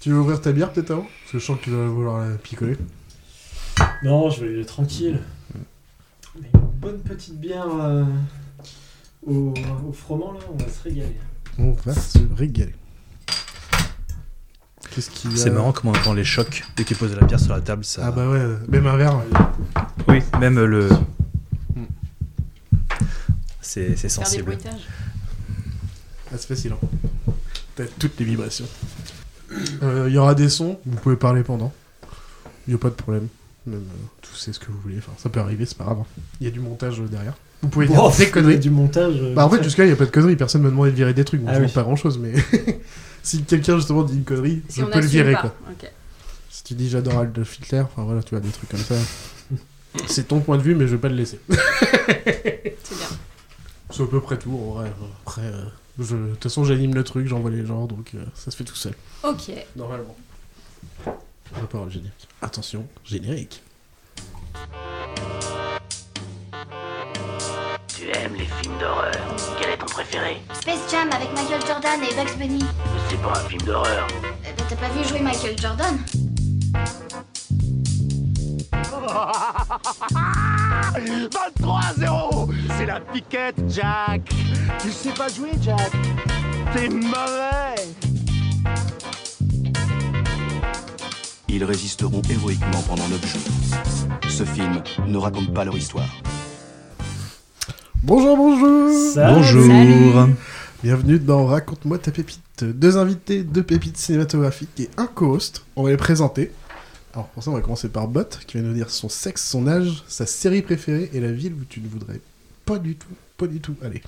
Tu veux ouvrir ta bière peut-être avant Parce que je sens que tu vas vouloir la picoler. Non, je vais aller tranquille. Mais une bonne petite bière euh, au, au froment, là, on va se régaler. On va se régaler. Qu'est-ce qu'il y a C'est marrant comment on entend les chocs dès qu'ils posent la bière sur la table. Ça... Ah bah ouais, Ah, même un verre. Oui, même euh, le. Mm. C'est c'est Faire des sensible. bruitages. Ah, c'est facile. hein. T'as toutes les vibrations. Euh, Il y aura des sons, vous pouvez parler pendant. Il n'y a pas de problème. Même, euh, tout c'est ce que vous voulez. Enfin, ça peut arriver, c'est pas grave. Il y a du montage euh, derrière. Vous pouvez dire Oh, des conneries. du montage. euh, Bah en fait, jusqu'à là, il n'y a pas de conneries. Personne m'a demandé de virer des trucs. Bon, Ah je oui. demande pas grand chose, mais si quelqu'un justement dit une connerie, Si je on peux le assume virer pas. quoi. Ok. Si tu dis j'adore Adolf Hitler, enfin voilà, tu vois, des trucs comme ça. c'est ton point de vue, mais je vais pas le laisser. C'est bien. C'est à peu près tout, en vrai. Après, euh, je- de toute façon, j'anime le truc, j'envoie les gens, donc euh, ça se fait tout seul. Ok. Normalement. On va pas avoir le générique. Attention, générique. Tu aimes les films d'horreur Quel est ton préféré Space Jam avec Michael Jordan et Bugs Bunny. Mais c'est pas un film d'horreur. Euh, bah, T'as pas vu jouer Michael Jordan C'est la piquette, Jack. Tu sais pas jouer, Jack. T'es mauvais. Ils résisteront héroïquement pendant 9 jours. Ce film ne raconte pas leur histoire. Bonjour, bonjour ça- Bonjour. Salut. Bienvenue dans Raconte-moi ta pépite. Deux invités, deux pépites cinématographiques et un co-host. On va les présenter. Alors pour ça, on va commencer par Bot, qui va nous dire son sexe, son âge, sa série préférée et la ville où tu ne voudrais pas du tout, pas du tout aller.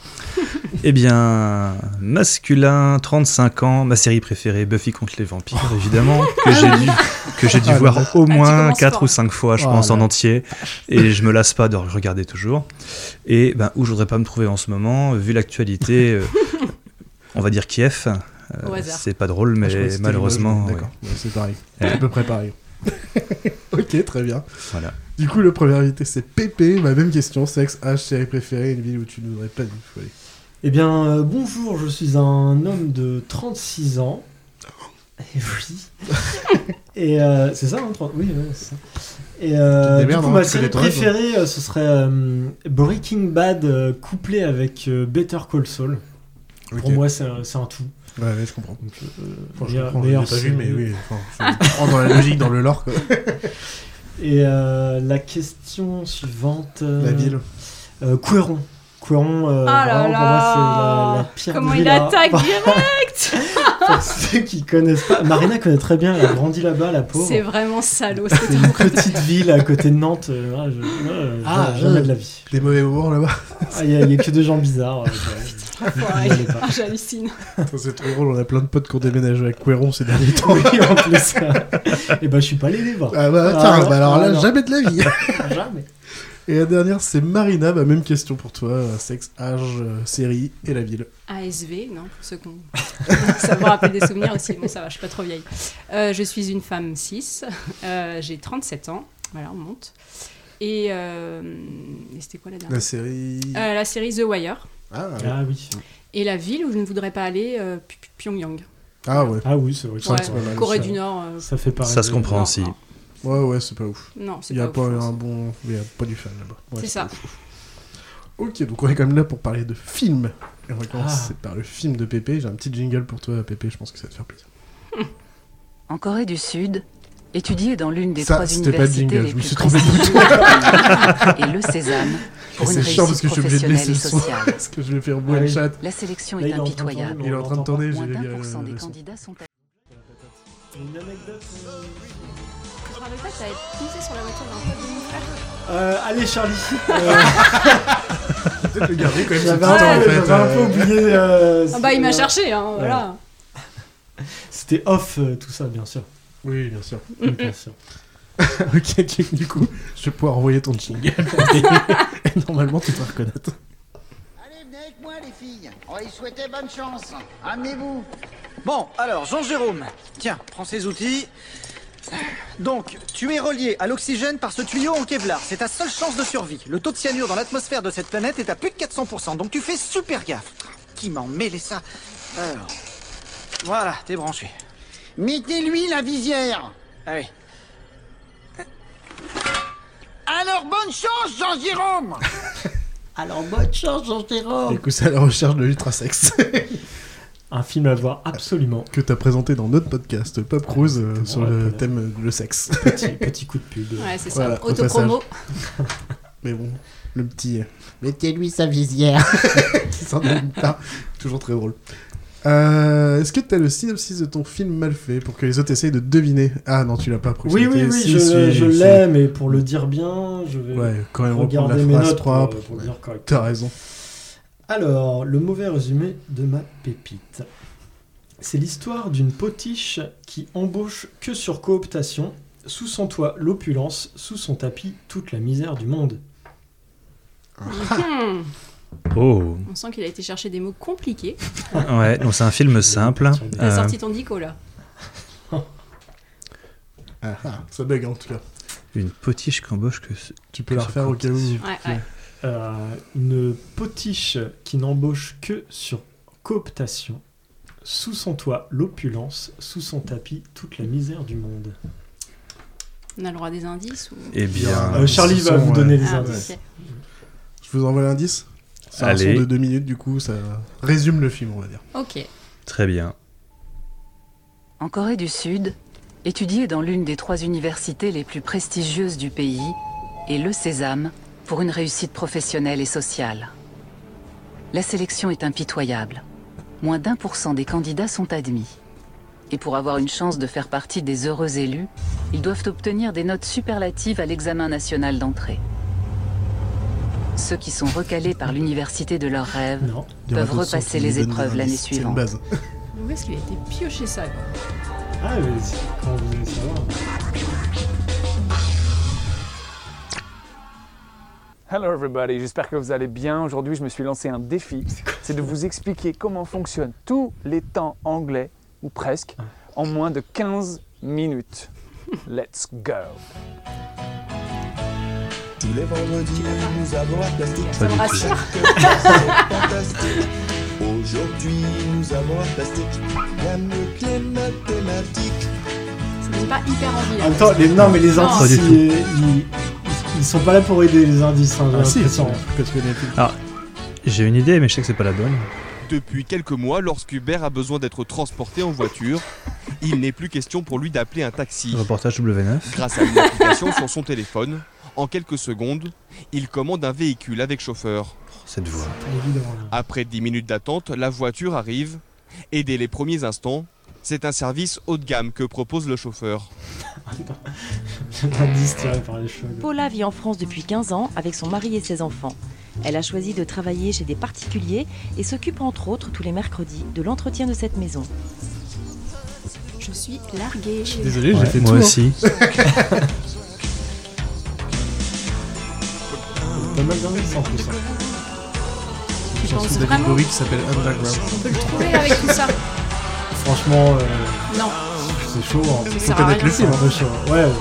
Eh bien, masculin, 35 ans, ma série préférée, Buffy contre les vampires, évidemment, que j'ai dû, que j'ai dû Ah, là, voir au moins commences 4 fort. ou 5 fois, je Oh pense, là en là. entier. Et je me lasse pas de regarder toujours. Et ben, où je voudrais pas me trouver en ce moment, vu l'actualité, euh, on va dire Kiev. euh, Au hasard. c'est pas drôle, Ah, je crois que mais c'était malheureusement. l'image, mais ouais. D'accord, ouais, c'est pareil. Ouais. C'est à peu près pareil. ok, très bien. Voilà. Du coup, le premier invité, c'est Pépé. Ma même question sexe, âge, série préférée, une ville où tu ne voudrais pas du tout aller. Eh bien, euh, bonjour, je suis un homme de 36 ans. Et oui. Et euh, c'est ça, hein, 30 Oui, ouais, c'est ça. Et euh, Tu te du démerdes, coup, hein, ma tu fais série des preuves. préférée, euh, ce serait euh, Breaking Bad euh, couplé avec euh, Better Call Saul. Pour moi, c'est un, c'est un tout. Ouais, ouais, je comprends. Enfin, je D'ailleurs- comprends, je l'ai d'ailleurs, pas c'est- vu, mais oui. Enfin, je comprends dans la logique, dans le lore, quoi. Et euh, la question suivante. euh, La ville. euh, Couéron. Couéron, euh, Ah là vraiment, pour moi, c'est la, la pire là Comment ville il à- attaque direct Pour ceux qui connaissent pas, Marina connaît très bien, elle a grandi là-bas, la Oh. pauvre. C'est vraiment salaud. C'est une petite ville à côté de Nantes. euh, voilà, je- moi, euh, Ah, jamais- jamais ouais. de la vie. Ah, Des mauvais moments là-bas. Il n'y a, y a que des gens bizarres. euh, quoi. Enfoiré. J'y allais pas. Ah, J'hallucine. Putain, c'est trop drôle, on a plein de potes qui ont déménagé à Couéron ces derniers temps. oui, en plus. Et ben, je suis pas allé les voir. Ah bah, Ah, tiens, non, bah alors ah, là, non. jamais de la vie. Ah, Jamais. Et la dernière, c'est Marina. Bah, même question pour toi. euh, Sexe, âge, euh, série et la ville. ASV, non, pour ceux qui ont- ça me rappelle des souvenirs aussi. Bon, ça va, je suis pas trop vieille. Euh, je suis une femme cis, euh, j'ai 37 ans, voilà, on monte. Et, euh, et c'était quoi la dernière La série. Euh, La série The Wire. Ah, ouais. Ah oui. Et la ville où je ne voudrais pas aller, euh, Py- Py- Pyongyang. Ah ouais. Ah oui, c'est vrai. que Ouais, c'est pas mal. Corée ça. du Nord. euh, Ça fait pareil. Ça se comprend Non, aussi. non. Ouais, ouais, c'est pas ouf. Non, c'est Il n'y a pas, pas ouf, je un pense. bon. Il y a pas du fan là-bas. Ouais, C'est ça. pas ouf. Ok, donc on est quand même là pour parler de films. Et on va commencer Ah. par le film de Pépé. J'ai un petit jingle pour toi, Pépé. Je pense que ça va te faire plaisir. En Corée du Sud, étudié dans l'une des ça, trois c'était pas le universités jingle. les Je me plus suis trompé de prestigieuses bouton. et le Sésame pour une C'est réussite chiant parce que je suis obligé de professionnelle laisser et le son. sociale. Parce que je vais faire Ah one oui. chat. La sélection Là, il est est en train de tourner, impitoyable. Il est en train de tourner. Je Moins vais d'un virer pour euh, cent le- des le son. candidats sont Une anecdote. euh, Je me rappelle pas, t'avais poussé sur la voiture d'un pote de mon frère. euh, allez, Charlie. Euh, Peut-être le garder quand même. ce J'avais petit temps, un, en peu- fait, j'avais un peu euh, oublié. euh, Ah bah, il m'a euh, cherché, hein, voilà. C'était off, euh, tout ça, bien sûr. Oui, bien sûr. Bien sûr. Ok, tu- du coup, je vais pouvoir envoyer ton jingle. Et Normalement, tu vas reconnaître. Allez, venez avec moi, les filles. On va y souhaiter bonne chance. Amenez-vous. Bon, alors, Jean-Jérôme, tiens, prends ces outils. Donc, tu es relié à l'oxygène par ce tuyau en Kevlar. C'est ta seule chance de survie. Le taux de cyanure dans l'atmosphère de cette planète est à plus de 400%, donc tu fais super gaffe. Qui m'en mêlait ça Alors, voilà, t'es branché. Mettez-lui la visière Ah oui. Alors bonne chance, Jean-Jérôme Alors bonne chance, Oh. Jean-Jérôme Du coup, c'est à la recherche de l'ultrasexe. Un film à voir absolument. que t'as présenté dans notre podcast, Pop Cruise, euh, sur ouais, le voilà. thème euh, le sexe. Petit, petit coup de pub. Ouais, c'est Voilà, ça. au Autopromo. Mais bon, le petit. euh, Mettez-lui sa visière. qui sort de nulle part. Toujours très drôle. Euh, Est-ce que t'as le synopsis de ton film mal fait pour que les autres essayent de deviner Ah non, tu l'as pas pris. Oui, oui, c'était- oui, si, je, si, je si. l'ai, mais pour le dire bien, je vais Ouais, quand même reprendre regarder la mes phrase notes euh. pour, propre. pour ouais. dire correct. T'as raison. Alors, le mauvais résumé de ma pépite. C'est l'histoire d'une potiche qui embauche que sur cooptation, sous son toit l'opulence, sous son tapis toute la misère du monde. Hum, Oh. On sent qu'il a été chercher des mots compliqués. Ah Ouais, donc c'est un film simple. T'as Euh, sorti ton dico là. Ah, ah, ça bug en tout cas. une potiche qu'embauche que. ce- Tu peux la Ça refaire au cas où. Ouais, ouais. Euh, une potiche qui n'embauche que sur cooptation, sous son toit l'opulence, sous son tapis toute la misère du monde. On a le droit des indices ou... Eh bien. Ah, Euh, Charlie ce va sont, vous ouais. donner les Ah, indices. ok. Je vous envoie l'indice. C'est un son Allez. de deux minutes, du coup, ça résume le film, on va dire. Ah, Ok. Très bien. En Corée du Sud, étudier dans l'une des trois universités les plus prestigieuses du pays et le sésame pour une réussite professionnelle et sociale. La sélection est impitoyable. Moins d'un pour cent des candidats sont admis. Et pour avoir une chance de faire partie des heureux élus, ils doivent obtenir des notes superlatives à l'examen national d'entrée. Ceux qui sont recalés par l'université de leurs rêves Non. Il y aura Peuvent d'autres sons repasser qui les nous donnent des épreuves indices, l'année c'est une suivante. base. Où est-ce qu'il a été pioché ça quoi Ah, mais c'est- quand vous allez savoir. Hello everybody, j'espère que vous allez bien. Aujourd'hui, je me suis lancé un défi, c'est de vous expliquer comment fonctionnent tous les temps anglais, ou presque, en moins de 15 minutes. Let's go Tous les vendredis, nous avons la plastique. Pas du tout. Rassure. fantastique. Aujourd'hui, nous avons la plastique. La mieux que les mathématiques. Ça donne pas hyper envie. là. En même temps, les, non, mais les Non. Pas indices, du tout. ils, ils- ils sont pas là pour aider les indices, hein, j'ai Ah si, l'impression. que tu connais le film. J'ai une idée, mais je sais que c'est pas la bonne. Depuis quelques mois, lorsqu'Hubert a besoin d'être transporté en voiture, il n'est plus question pour lui d'appeler un taxi. Reportage W9. Grâce à une application sur son téléphone, en quelques secondes, il commande un véhicule avec chauffeur. Cette voix. Évidemment. là. Après 10 minutes d'attente, la voiture arrive et dès les premiers instants, c'est un service haut de gamme que propose le chauffeur. hein. L'indice tiré par les cheveux. Paula vit en France depuis 15 ans avec son mari et ses enfants. Elle a choisi de travailler chez des particuliers et s'occupe entre autres tous les mercredis de l'entretien de cette maison. Je suis larguée. Désolé, j'ai Ouais, fait moi tout, hein. aussi. Pas mal d'indices en plus. hein. Tu chanson penses de David vraiment Bowie qui s'appelle Underground. qu'on peut le trouver avec tout ça Franchement, euh, Non. c'est chaud. Hein. Ça sert à rien. C'est un peu chaud. hein. Ouais, ouais.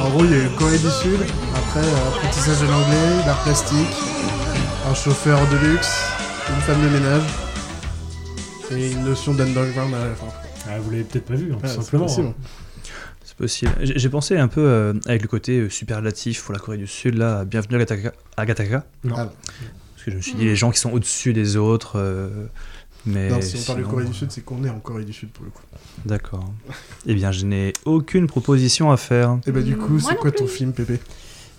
En gros, il y a eu Corée du Sud, après euh, apprentissage de l'anglais, l'art plastique, un chauffeur de luxe, une femme de ménage et une notion d'underground à la fin. Ah, vous l'avez peut-être pas vu, hein, tout Ouais, c'est simplement. possible. C'est possible. J'ai j'ai pensé un peu euh, avec le côté euh, superlatif pour la Corée du Sud, là, à bienvenue à Gattaca. à Gattaca. Non. Ah. Parce que je me suis dit, les gens qui sont au-dessus des autres. euh, mais Non, si on parle de sinon- Corée du Sud, c'est qu'on est en Corée du Sud pour le coup. D'accord. Eh bien, je n'ai aucune proposition à faire. Et bah, du Mm, coup, moi c'est non quoi ton plus. film, Pépé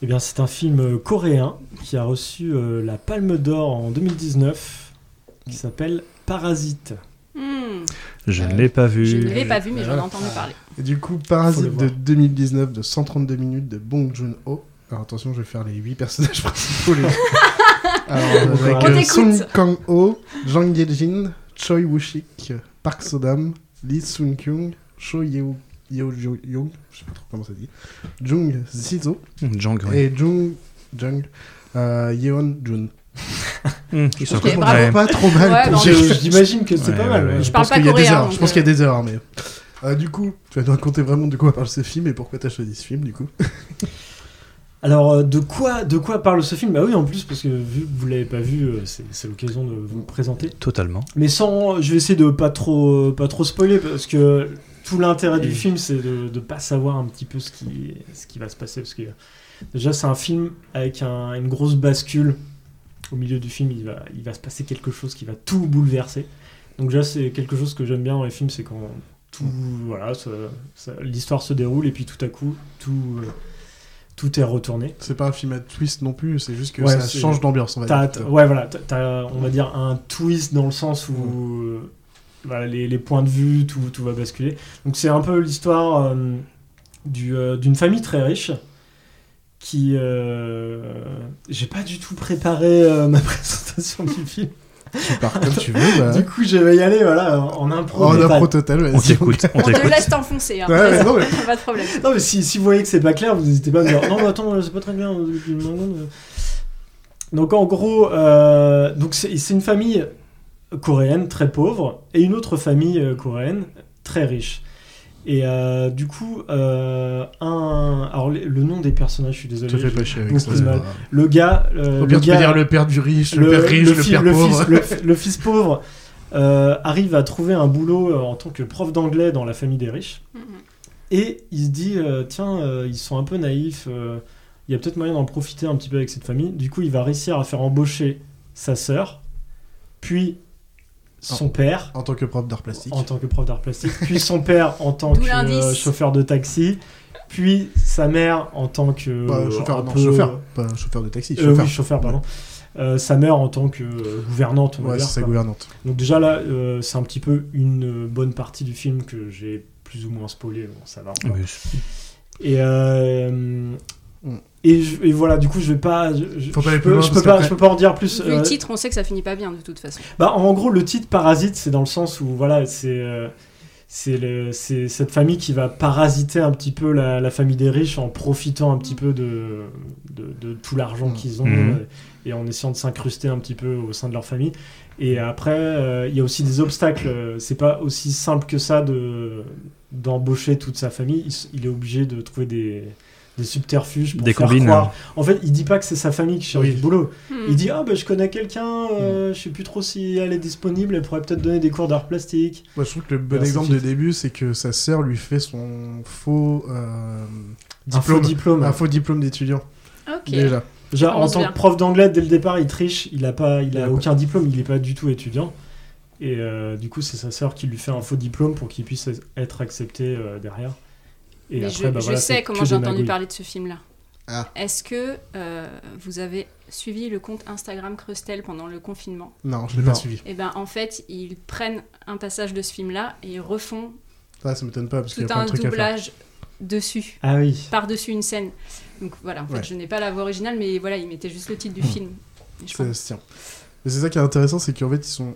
Eh bien, c'est un film euh, coréen qui a reçu euh, la Palme d'Or en 2019 qui s'appelle Parasite. Hmm. Je ne l'ai pas Je ne vu. l'ai pas vu, mais j'en ai Voilà. entendu parler. Et du coup, Faut le Parasite de voir. 2019 de 132 minutes de Bong Joon-ho. Alors attention, je vais faire les 8 personnages principaux. les gars. Alors, On avec euh, t'écoute. Sung Kang-ho, Jang Ye-jin, Choi Woo-shik, Park So-dam, Lee Sun-kyung, Cho Yeo- Yeo-jo-young, je sais pas trop comment ça dit, Jung Zizo Jean Grey. et Jung Jung euh, Yeon-jun. Hum, ils sont Ok, contents. bravo. Ouais. Pas trop mal. Ouais, pour- non, Je- J'imagine que c'est Ouais, pas ouais, mal. ouais. ouais. Je parle pense pas qu'il y a des coréen, erreurs. Je donc, pense qu'il y a euh. des erreurs, mais. Euh, du coup, tu vas nous raconter vraiment de quoi parle ce film et pourquoi t'as choisi ce film, du coup. Alors, euh, de quoi, de quoi parle ce film Bah oui, en plus, parce que vu que vous l'avez pas vu, euh, c'est c'est l'occasion de vous le présenter. Totalement. Mais sans, je vais essayer de pas trop, pas trop spoiler, parce que tout l'intérêt du Et- film, c'est de, de pas savoir un petit peu ce qui, ce qui va se passer, parce que déjà, c'est un film avec un- une grosse bascule. Au milieu du film, il va, il va se passer quelque chose qui va tout bouleverser. Donc déjà, c'est quelque chose que j'aime bien dans les films, c'est quand tout, voilà, ça- ça- l'histoire se déroule et puis tout à coup, tout. euh, tout est retourné. C'est pas un film à twist non plus, c'est juste que Ouais, ça c'est- change d'ambiance, on va t'as- dire. t'as- Ouais, voilà, t'as- t'as, on Mm. va dire, un twist dans le sens où euh, voilà, les, les points de vue, tout, tout va basculer. Donc c'est un peu l'histoire euh, du, euh, d'une famille très riche qui... euh, J'ai pas du tout préparé euh, ma présentation du film. Tu pars comme tu veux, bah. Du coup, je vais y aller, voilà, en impro. En totale. impro totale, vas-y. On t'écoute, On te laisse t'enfoncer, hein. Ouais, ouais, non, mais- pas de problème. Non, mais si, si vous voyez que c'est pas clair, vous n'hésitez pas à me dire non, mais attends, c'est pas très bien. euh, une seconde, euh. Donc, en gros, euh, donc c'est c'est une famille coréenne très pauvre et une autre famille euh, coréenne très riche. Et euh, du coup, euh, un. Alors, le- le nom des personnages, je suis désolé. Te fais je- pas chier avec beaucoup ça, de c'est mal. pas grave. Le gars. euh, Au pire, tu le peux gars- dire le père du riche, le père riche, le fils- père pauvre. fils- le fi- le fils pauvre euh, arrive à trouver un boulot euh, en tant que prof d'anglais dans la famille des riches. Et il se dit, euh, tiens, euh, ils sont un peu naïfs, euh, il y a peut-être moyen d'en profiter un petit peu avec cette famille. Du coup, il va réussir à faire embaucher sa sœur, puis son En- père. En tant que prof d'art Ah. plastique. En tant que prof d'art plastique, puis son père en tant D'où que l'indice. euh, chauffeur de taxi, puis sa mère en tant que. Pas euh, Bah, chauffeur, un non, peu- chauffeur, pas chauffeur de taxi, Euh, chauffeur. oui, chauffeur, pardon. Euh, sa mère en tant que euh, gouvernante. on va Ouais, dire, c'est sa quoi. gouvernante. Donc déjà là, euh, c'est un petit peu une euh, bonne partie du film que j'ai plus ou moins spoilé. Bon, ça va. encore. Oui. Et, euh, et, je- et voilà, du coup, je vais pas. Je, je- Faut pas je aller plus peux, loin, je parce peux pas, qu'après- je peux pas en dire plus. Vu euh, le titre, on sait que ça finit pas bien de toute façon. bah, en gros, le titre parasite, c'est dans le sens où voilà, c'est euh, c'est le- c'est cette famille qui va parasiter un petit peu la, la famille des riches en profitant un petit peu de, de, de tout l'argent qu'ils ont Mhm. euh, et en essayant de s'incruster un petit peu au sein de leur famille. Et après, euh, il y a aussi des obstacles. Euh, C'est pas aussi simple que ça de d'embaucher toute sa famille. Il, s- il est obligé de trouver des, des subterfuges pour Des faire combines. hein. croire. En fait, il dit pas que c'est sa famille qui cherche du boulot. Hmm. Il dit ah ben je connais quelqu'un, euh, je sais plus trop si elle est disponible, elle pourrait peut-être donner des cours d'art plastique. Moi, je trouve que le bon Et ainsi exemple de de suite. début, c'est que sa sœur lui fait son faux euh, Un faux diplôme. Un faux diplôme d'étudiant. Hmm. Ok. Déjà. Genre, en Commence tant bien. que prof d'anglais dès le départ, il triche, il a pas, il a aucun diplôme, il est pas du tout étudiant. Et euh, du coup, c'est sa sœur qui lui fait un faux diplôme pour qu'il puisse être accepté euh, derrière. Et Mais après, je, bah je voilà, c'est sais que comment j'ai des entendu magouilles. parler de ce film-là. Ah. Est-ce que euh, vous avez suivi le compte Instagram Crustel pendant le confinement Non, je l'ai pas Non. suivi. Et ben en fait, ils prennent un passage de ce film-là et ils refont Ah, Ça, ça m'étonne pas parce qu'il y tout a plein un de trucs à faire. doublage dessus. Ah oui. Par-dessus une scène. Donc voilà, en fait, Ouais. je n'ai pas la voix originale, mais voilà, ils mettaient juste le titre du Hmm. film. Et je Ça pense- se tient. Mais c'est ça qui est intéressant, c'est qu'en fait, ils sont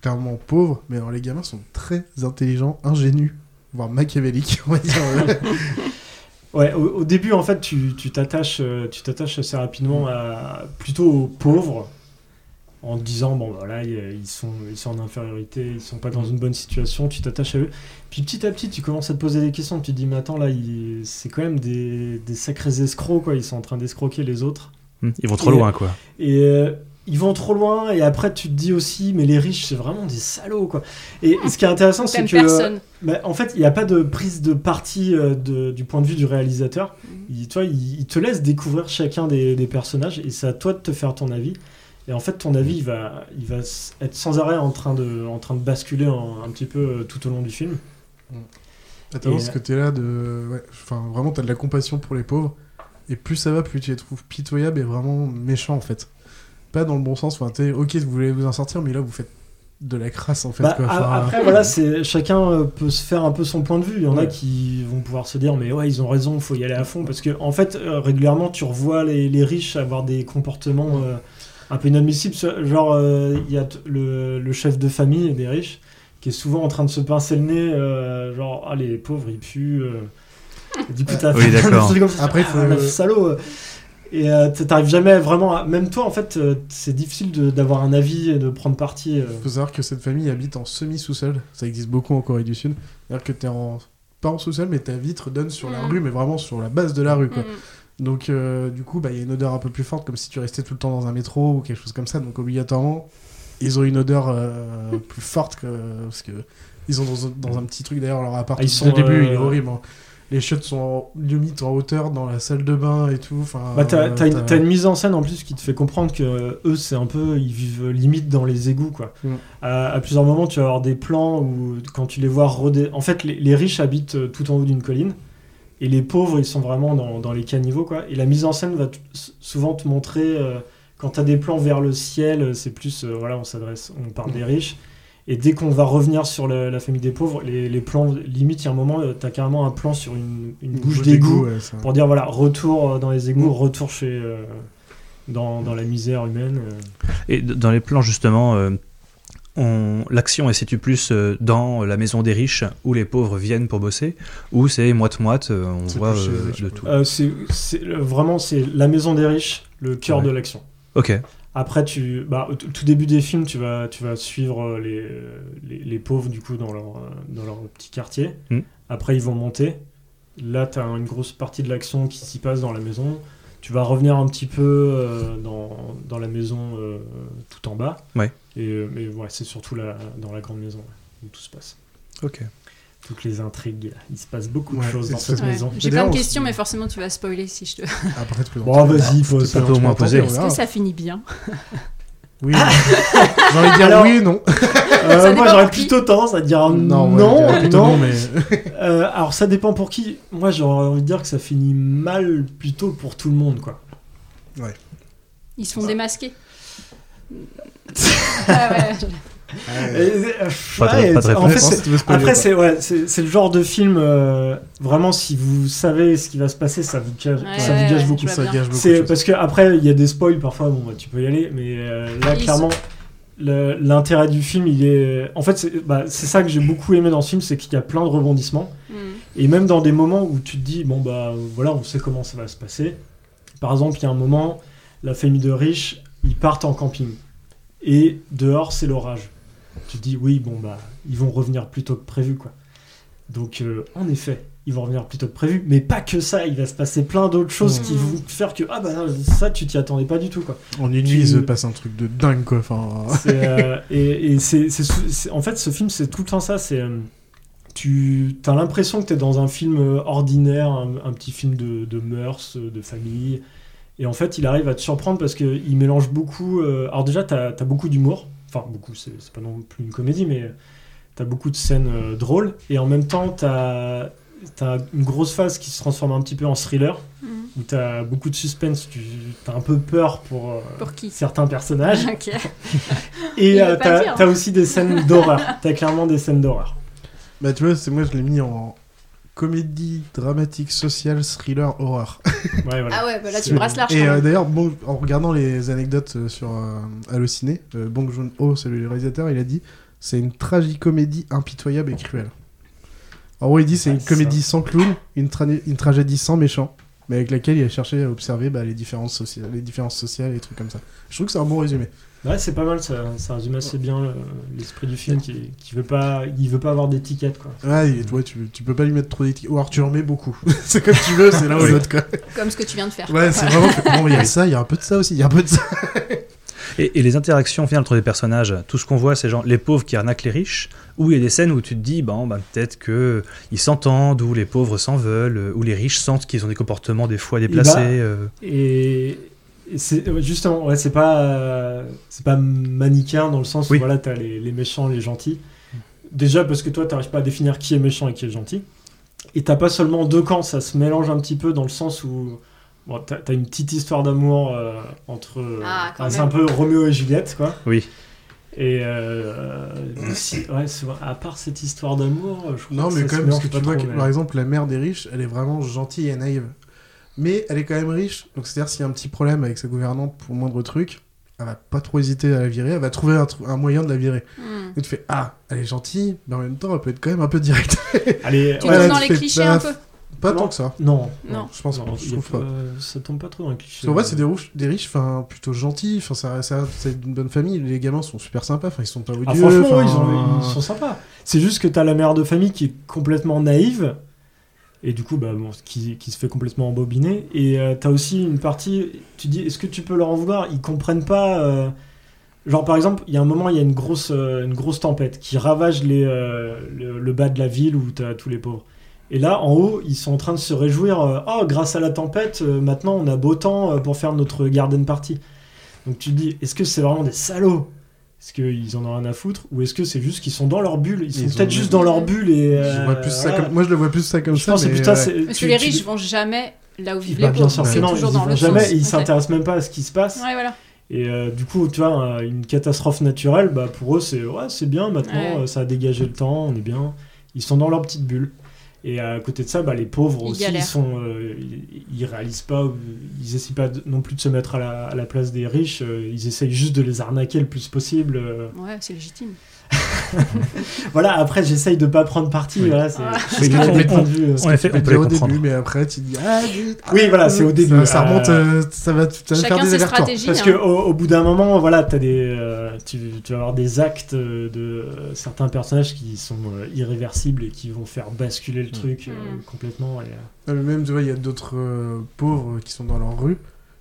clairement pauvres, mais alors les gamins sont très intelligents, ingénus, voire machiavéliques, on va dire. Ouais, au, au début, en fait, tu tu t'attaches euh, tu t'attaches assez rapidement à, plutôt aux pauvres en te disant, bon, voilà, y- euh, ils sont, ils sont en infériorité, ils sont pas dans une bonne situation, tu t'attaches à eux. Puis petit à petit, tu commences à te poser des questions, tu te dis, mais attends, là, ils- c'est quand même des, des sacrés escrocs, quoi, ils sont en train d'escroquer les autres. Mm, ils vont trop Et- loin, quoi. Et euh, ils vont trop loin, et après, tu te dis aussi, mais les riches, c'est vraiment des salauds, quoi. Et, et ce qui est intéressant, c'est T'aimes que. euh, personne. bah, en fait, il n'y a pas de prise de parti euh, de- du point de vue du réalisateur. Il, toi, il, il te laisse découvrir chacun des, des personnages et c'est à toi de te faire ton avis. Et en fait, ton avis, il va, il va s- être sans arrêt en train de, en train de basculer en- un petit peu euh, tout au long du film. Attends, Et- ce côté-là de. ouais, enfin, vraiment, t'as de la compassion pour les pauvres. Et plus ça va, plus tu les trouves pitoyables et vraiment méchants, en fait. Pas dans le bon sens. Enfin, t'es ok, vous voulez vous en sortir, mais là, vous faites de la crasse, en fait. Bah, quoi. a- Enfin, après, voilà, c'est chacun euh, peut se faire un peu son point de vue. Il y en a Ouais. qui vont pouvoir se dire, mais ouais, ils ont raison, il faut y aller à fond. Parce que, en fait, euh, régulièrement, tu revois les, les riches avoir des comportements euh, un peu inadmissibles. Ce- Genre, euh, il y a t- le, le chef de famille des riches qui est souvent en train de se pincer le nez, euh, genre, ah, les pauvres, ils puent. euh. Il dit, putain, Oui, d'accord. c'est comme ça, Après, ah, faut- meuf, salaud. euh. Et euh, t'arrives jamais vraiment à... Même toi, en fait, euh, c'est difficile de- d'avoir un avis et de prendre parti. euh. faut savoir que cette famille habite en semi-sous-sol. Ça existe beaucoup en Corée du Sud. Hmm. C'est-à-dire que t'es en... pas en sous-sol, mais ta vitre donne sur la rue, mais vraiment sur la base de la rue. Quoi. Donc, euh, du coup, bah, il y a une odeur un peu plus forte, comme si tu restais tout le temps dans un métro ou quelque chose comme ça. Donc, obligatoirement, ils ont une odeur euh, plus forte que. Parce que ils ont dans, dans un petit truc d'ailleurs leur appart. Ah, ils Au sont, début, il est euh, horrible. hein. Les chiottes sont en- limite en hauteur dans la salle de bain et tout. Enfin, Bah, t'as, euh, t'as une, t'as une mise en scène en plus qui te fait comprendre que euh, eux, c'est un peu. Ils vivent limite dans les égouts, quoi. Euh, Mm. À, à plusieurs moments, tu vas avoir des plans où, quand tu les vois rôder. En fait, les, les riches habitent euh, tout en haut d'une colline. Et les pauvres, ils sont vraiment dans, dans les caniveaux, quoi. Et la mise en scène va t- s- souvent te montrer. euh, quand t'as des plans vers le ciel, euh, c'est plus. euh, voilà, on s'adresse. On parle des riches. Et dès qu'on va revenir sur le- la famille des pauvres, les, les plans, limite, il y a un moment, euh, t'as carrément un plan sur une, une bouche d'égout ouais, ça. pour dire voilà, retour euh, dans les égouts, Mm. retour chez euh, dans, dans la misère humaine. euh. Et d- dans les plans, justement, euh, on- l'action est située plus euh, dans la maison des riches où les pauvres viennent pour bosser, ou c'est moite-moite, euh, on C'est voit plus chez les euh, riches, de ouais. tout. Euh, c'est c'est, euh, vraiment c'est la maison des riches, le cœur Ouais. de l'action. Ok. Après, tu, bah, au t- tout début des films, tu vas, tu vas suivre euh, les, euh, les, les pauvres du coup dans leur, euh, dans leur petit quartier. Mm. Après, ils vont monter. Là, tu as une grosse partie de l'action qui s'y passe dans la maison. Tu vas revenir un petit peu euh, dans, dans la maison euh, tout en bas. Ouais. Et, euh, mais ouais, c'est surtout la, dans la grande maison ouais, où tout se passe. Ok. Toutes les intrigues. Il se passe beaucoup Ouais, de choses c'est dans ça. cette Ouais. maison. J'ai D'ailleurs, plein on de se- questions, mais forcément tu vas spoiler si je te. Ah, Après, tu peux- Bon, vas-y, faut Peut-être ça. on peut tu moins peux poser. tenter, on Est-ce que verra. ça finit bien Oui. non. J'ai envie de dire Alors- oui, non. Euh, Ça moi dépend j'aurais pour qui. plutôt tendance à dire Non, non, ouais, non. j'aurais plutôt non, mais- Euh, alors ça dépend pour qui. Moi j'aurais envie de dire que ça finit mal plutôt pour tout le monde quoi. Ils se font démasquer. Ah ouais, je- Et- euh, Pas de- ouais, pas de en réponse. fait, c'est- Si tu veux spoiler ou après pas. c'est ouais, c'est c'est le genre de film euh, vraiment si vous savez ce qui va se passer ça vous gage, Ouais, ça ouais, vous gage ouais, beaucoup. je vois bien. C'est parce que après il y a des spoils parfois bon bah, tu peux y aller mais euh, là Ils clairement le- l'intérêt du film il est en fait c'est bah, c'est ça que j'ai beaucoup aimé dans ce film c'est qu'il y a plein de rebondissements Hmm. et même dans des moments où tu te dis bon bah voilà on sait comment ça va se passer par exemple il y a un moment la famille de riches ils partent en camping et dehors c'est l'orage tu te dis oui bon bah ils vont revenir plus tôt que prévu quoi donc euh, en effet ils vont revenir plus tôt que prévu mais pas que ça il va se passer plein d'autres choses Mmh. qui vont faire que ah bah ça tu t'y attendais pas du tout quoi En une nuit, il se Tu- passe un truc de dingue, quoi. Enfin... c'est, euh, et et c'est, c'est sou- c'est- en fait, ce film, c'est tout le temps ça. C'est, euh, tu as l'impression que tu es dans un film euh, ordinaire, un, un petit film de, de mœurs, euh, de famille. Et en fait, il arrive à te surprendre parce qu'il mélange beaucoup. euh, alors, déjà, tu as beaucoup d'humour. Enfin, beaucoup, c'est, c'est pas non plus une comédie, mais tu as beaucoup de scènes euh, drôles. Et en même temps, tu as une grosse phase qui se transforme un petit peu en thriller, Mhm. où tu as beaucoup de suspense, tu as un peu peur pour, euh, Pour qui certains personnages. Ok. Il Et veut euh, pas hein. t'as dire. t'as aussi des scènes d'horreur. T'as clairement des scènes d'horreur. Bah, tu vois, c'est moi, je l'ai mis en comédie dramatique sociale thriller horreur. Ouais, voilà. Ah ouais, bah là tu C'est- brasses l'arche. Et quand euh, même. d'ailleurs, bon, en regardant les anecdotes euh, sur euh, Allociné, euh, Bong Joon-ho, c'est le réalisateur, il a dit c'est une tragicomédie impitoyable et cruelle. En gros, il dit c'est Ah, une c'est comédie sans clown, une, tra- une tragédie sans méchant, mais avec laquelle il a cherché à observer bah, les, différences sociales, les différences sociales et les trucs comme ça. Je trouve que c'est un bon résumé. Ouais, c'est pas mal, ça, ça résume assez bien euh, l'esprit du film qui, qui veut pas, il veut pas avoir d'étiquette quoi. Ouais, et, ouais, tu, tu peux pas lui mettre trop d'étiquettes. Ou alors tu en mets beaucoup. c'est comme tu veux, c'est là ou Oui. l'autre quoi. Comme ce que tu viens de faire. Ouais, c'est vraiment. que- Bon, il y a ça, il y a un peu de ça aussi, il y a un peu de ça. Et, et les interactions au final, entre les personnages, tout ce qu'on voit, c'est genre les pauvres qui arnaquent les riches, ou il y a des scènes où tu te dis, bon, ben, peut-être que ils s'entendent, ou les pauvres s'en veulent, euh, ou les riches sentent qu'ils ont des comportements des fois déplacés. bah, euh. Et, et c'est euh, justement, ouais, c'est pas, euh, c'est pas manichéen dans le sens Oui. où voilà, t'as les, les méchants, les gentils. Déjà parce que toi, t'arrives pas à définir qui est méchant et qui est gentil. Et t'as pas seulement deux camps, ça se mélange un petit peu dans le sens où bon, t'as t'as une petite histoire d'amour euh, entre. Ah, quand enfin, c'est même. un peu Roméo et Juliette, quoi. Oui. Et euh, mais si- ouais, c'est vrai, à part cette histoire d'amour, je crois Non, que mais ça quand se même, parce mélange que pas tu vois trop, que, mais- par exemple, la mère des riches, elle est vraiment gentille et naïve. Mais elle est quand même riche, donc c'est-à-dire s'il y a un petit problème avec sa gouvernante pour le moindre truc, elle va pas trop hésiter à la virer, elle va trouver un, tru- un moyen de la virer. Hmm. Et tu fais Ah, elle est gentille, mais en même temps, elle peut être quand même un peu directe. Allez, Tu ouais, tombes là, dans tu les fais clichés pas- un peu. Pas Non. tant que ça. non, Non. Je pense Non, pas, je il y a trouve pas- euh, pas. ça tombe pas trop dans les clichés. Parce qu'en vrai, c'est des, rouges- des riches, enfin, plutôt gentils, enfin, ça, ça- c'est d'une bonne famille, les gamins sont super sympas, enfin, ils sont pas odieux. Ah, franchement, enfin, euh, ils, ont- ils sont sympas. C'est juste que t'as la mère de famille qui est complètement naïve. Et du coup, bah, bon, qui, qui se fait complètement embobiner. Et euh, t'as aussi une partie, tu dis, est-ce que tu peux leur en vouloir Ils comprennent pas. euh, Genre, par exemple, il y a un moment, il y a une grosse, euh, une grosse tempête qui ravage les, euh, le, le bas de la ville où t'as tous les pauvres. Et là, en haut, ils sont en train de se réjouir. euh, oh, grâce à la tempête, euh, maintenant on a beau temps euh, pour faire notre garden party. Donc tu te dis, est-ce que c'est vraiment des salauds Est-ce qu'ils en ont rien à foutre Ou est-ce que c'est juste qu'ils sont dans leur bulle Ils sont Ils ont- peut-être juste dans leur bulle et. euh, Je vois plus ça voilà. comme- Moi, je le vois plus ça comme Je ça. pense que mais, putain, ouais. c'est- Parce tu- que les tu- riches vont jamais là où vivent Bah, les bien pauvres. sûr, C'est mais non, ils toujours y dans vont le jamais, sens. et ils Ok. s'intéressent même pas à ce qui se passe. Ouais, voilà. Et euh, du coup, tu vois, un- une catastrophe naturelle, bah, pour eux, c'est ouais, c'est bien maintenant, Ouais. euh, ça a dégagé le temps, on est bien. Ils sont dans leur petite bulle. Et à côté de ça, bah, les pauvres Ils aussi, ils galèrent. sont, euh, ils, ils réalisent pas, euh, ils essayent pas de- non plus de se mettre à la, à la place des riches. euh, ils essayent juste de les arnaquer le plus possible. euh. Ouais, c'est légitime. Voilà. Après, j'essaye de pas prendre parti. Oui. Voilà, c'est Ah. c'est Parce que mon tu peux- point de vue, euh. parce que tu peux dire au début, mais après, tu dis. Ah, zut, ah, Oui, voilà, c'est au ça- début. Ça remonte, euh, Euh, ça va ça va faire des hein. allers-retours. Parce hein. que au, au bout d'un moment, voilà, as des, euh, tu, tu vas avoir des actes euh, de euh, certains personnages qui sont euh, irréversibles et qui vont faire basculer le truc euh, complètement. Et, Non, euh, mais même, tu vois, il y a d'autres euh, pauvres qui sont dans leur rue,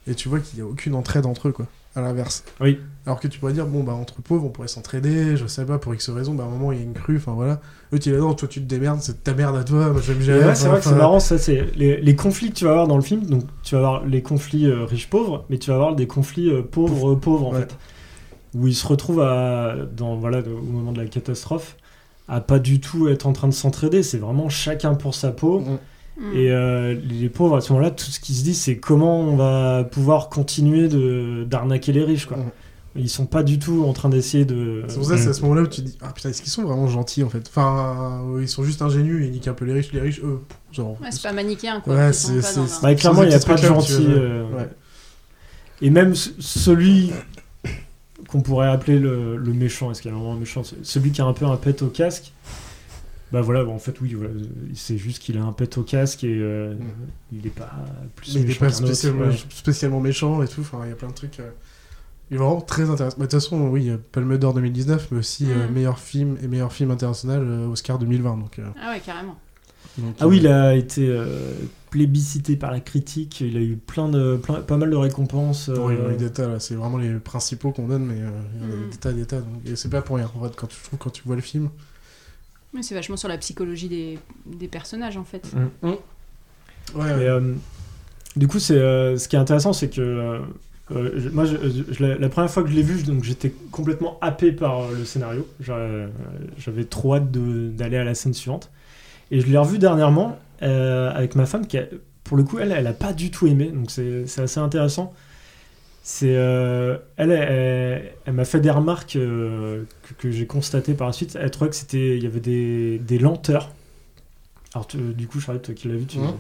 et tu vois qu'il n'y a aucune entraide entre eux, quoi. À l'inverse. Oui. Alors que tu pourrais dire, bon, bah, entre pauvres, on pourrait s'entraider, je sais pas, pour X raison, bah, à un moment, il y a une crue, enfin voilà. Eux, tu es là-dedans, toi, tu te démerdes, c'est ta merde à toi, moi, je vais me gérer. et ouais, c'est enfin, vrai que c'est enfin, marrant, ça, c'est les, les conflits que tu vas avoir dans le film. Donc, tu vas avoir les conflits euh, riches-pauvres, mais tu vas avoir des conflits euh, pauvres-pauvres, en fait. Où ils se retrouvent à, dans, voilà, de- au moment de la catastrophe à pas du tout être en train de s'entraider. C'est vraiment chacun pour sa peau. Hmm. Et euh, les pauvres, à ce moment-là, tout ce qu'ils se disent, c'est comment on va pouvoir continuer de- d'arnaquer les riches. Quoi. Ils sont pas du tout en train d'essayer de. C'est pour ça, c'est à ce moment-là où tu te dis, ah putain, est-ce qu'ils sont vraiment gentils, en fait Enfin, euh, ils sont juste ingénus, ils niquent un peu les riches, les riches, eux, pff, genre. Ouais, c'est pas manichéen, quoi. Ouais, Ils sont c'est. pas dans c'est- Bah, c'est clairement, ces il n'y a petits pas de trucs-là où tu gentil. vas- euh, Ouais. Et même ce- celui qu'on pourrait appeler le, le méchant, est-ce qu'il y a vraiment un méchant c'est- Celui qui a un peu un pet au casque. Bah voilà, bah, en fait, oui, voilà, c'est juste qu'il a un pet au casque et euh, il n'est pas plus Mm. Mais il est méchant pas qu'un autre, spécialement, ouais. spécialement méchant et tout. Enfin, il y a plein de trucs. euh, Il est vraiment très intéressant. Bah, De toute façon, oui, euh, Palme d'Or 2019, mais aussi Mm. euh, meilleur film et meilleur film international euh, Oscar 2020. Donc, euh, Ah ouais, carrément. donc, Ah oui, euh, il a été euh, plébiscité par la critique. Il a eu plein de, plein- pas mal de récompenses. euh, pour les- les détails, là, c'est vraiment les principaux qu'on donne, mais euh, il y Mm. en a des tas, des tas. Donc, et c'est pas pour rien. En fait, quand tu, je trouve quand tu vois le film, Mais c'est vachement sur la psychologie des, des personnages, en fait. Mm. Mais, euh, du coup, c'est euh, ce qui est intéressant, c'est que euh, euh, je- moi, je- je- je l'ai- la première fois que je l'ai vu, je- donc j'étais complètement happé par euh, le scénario. J'a- euh, J'avais trop hâte de- d'aller à la scène suivante. Et je l'ai revu dernièrement euh, avec ma femme qui, a- pour le coup, elle, elle a pas du tout aimé. Donc c'est c'est assez intéressant. C'est euh, elle, elle, elle- elle m'a fait des remarques euh, que, que j'ai constatées par la suite. Elle trouvait que c'était, il y avait des, des lenteurs. Alors tu- du coup, Charlotte, toi qui l'as vu, tu, Ouais. Euh,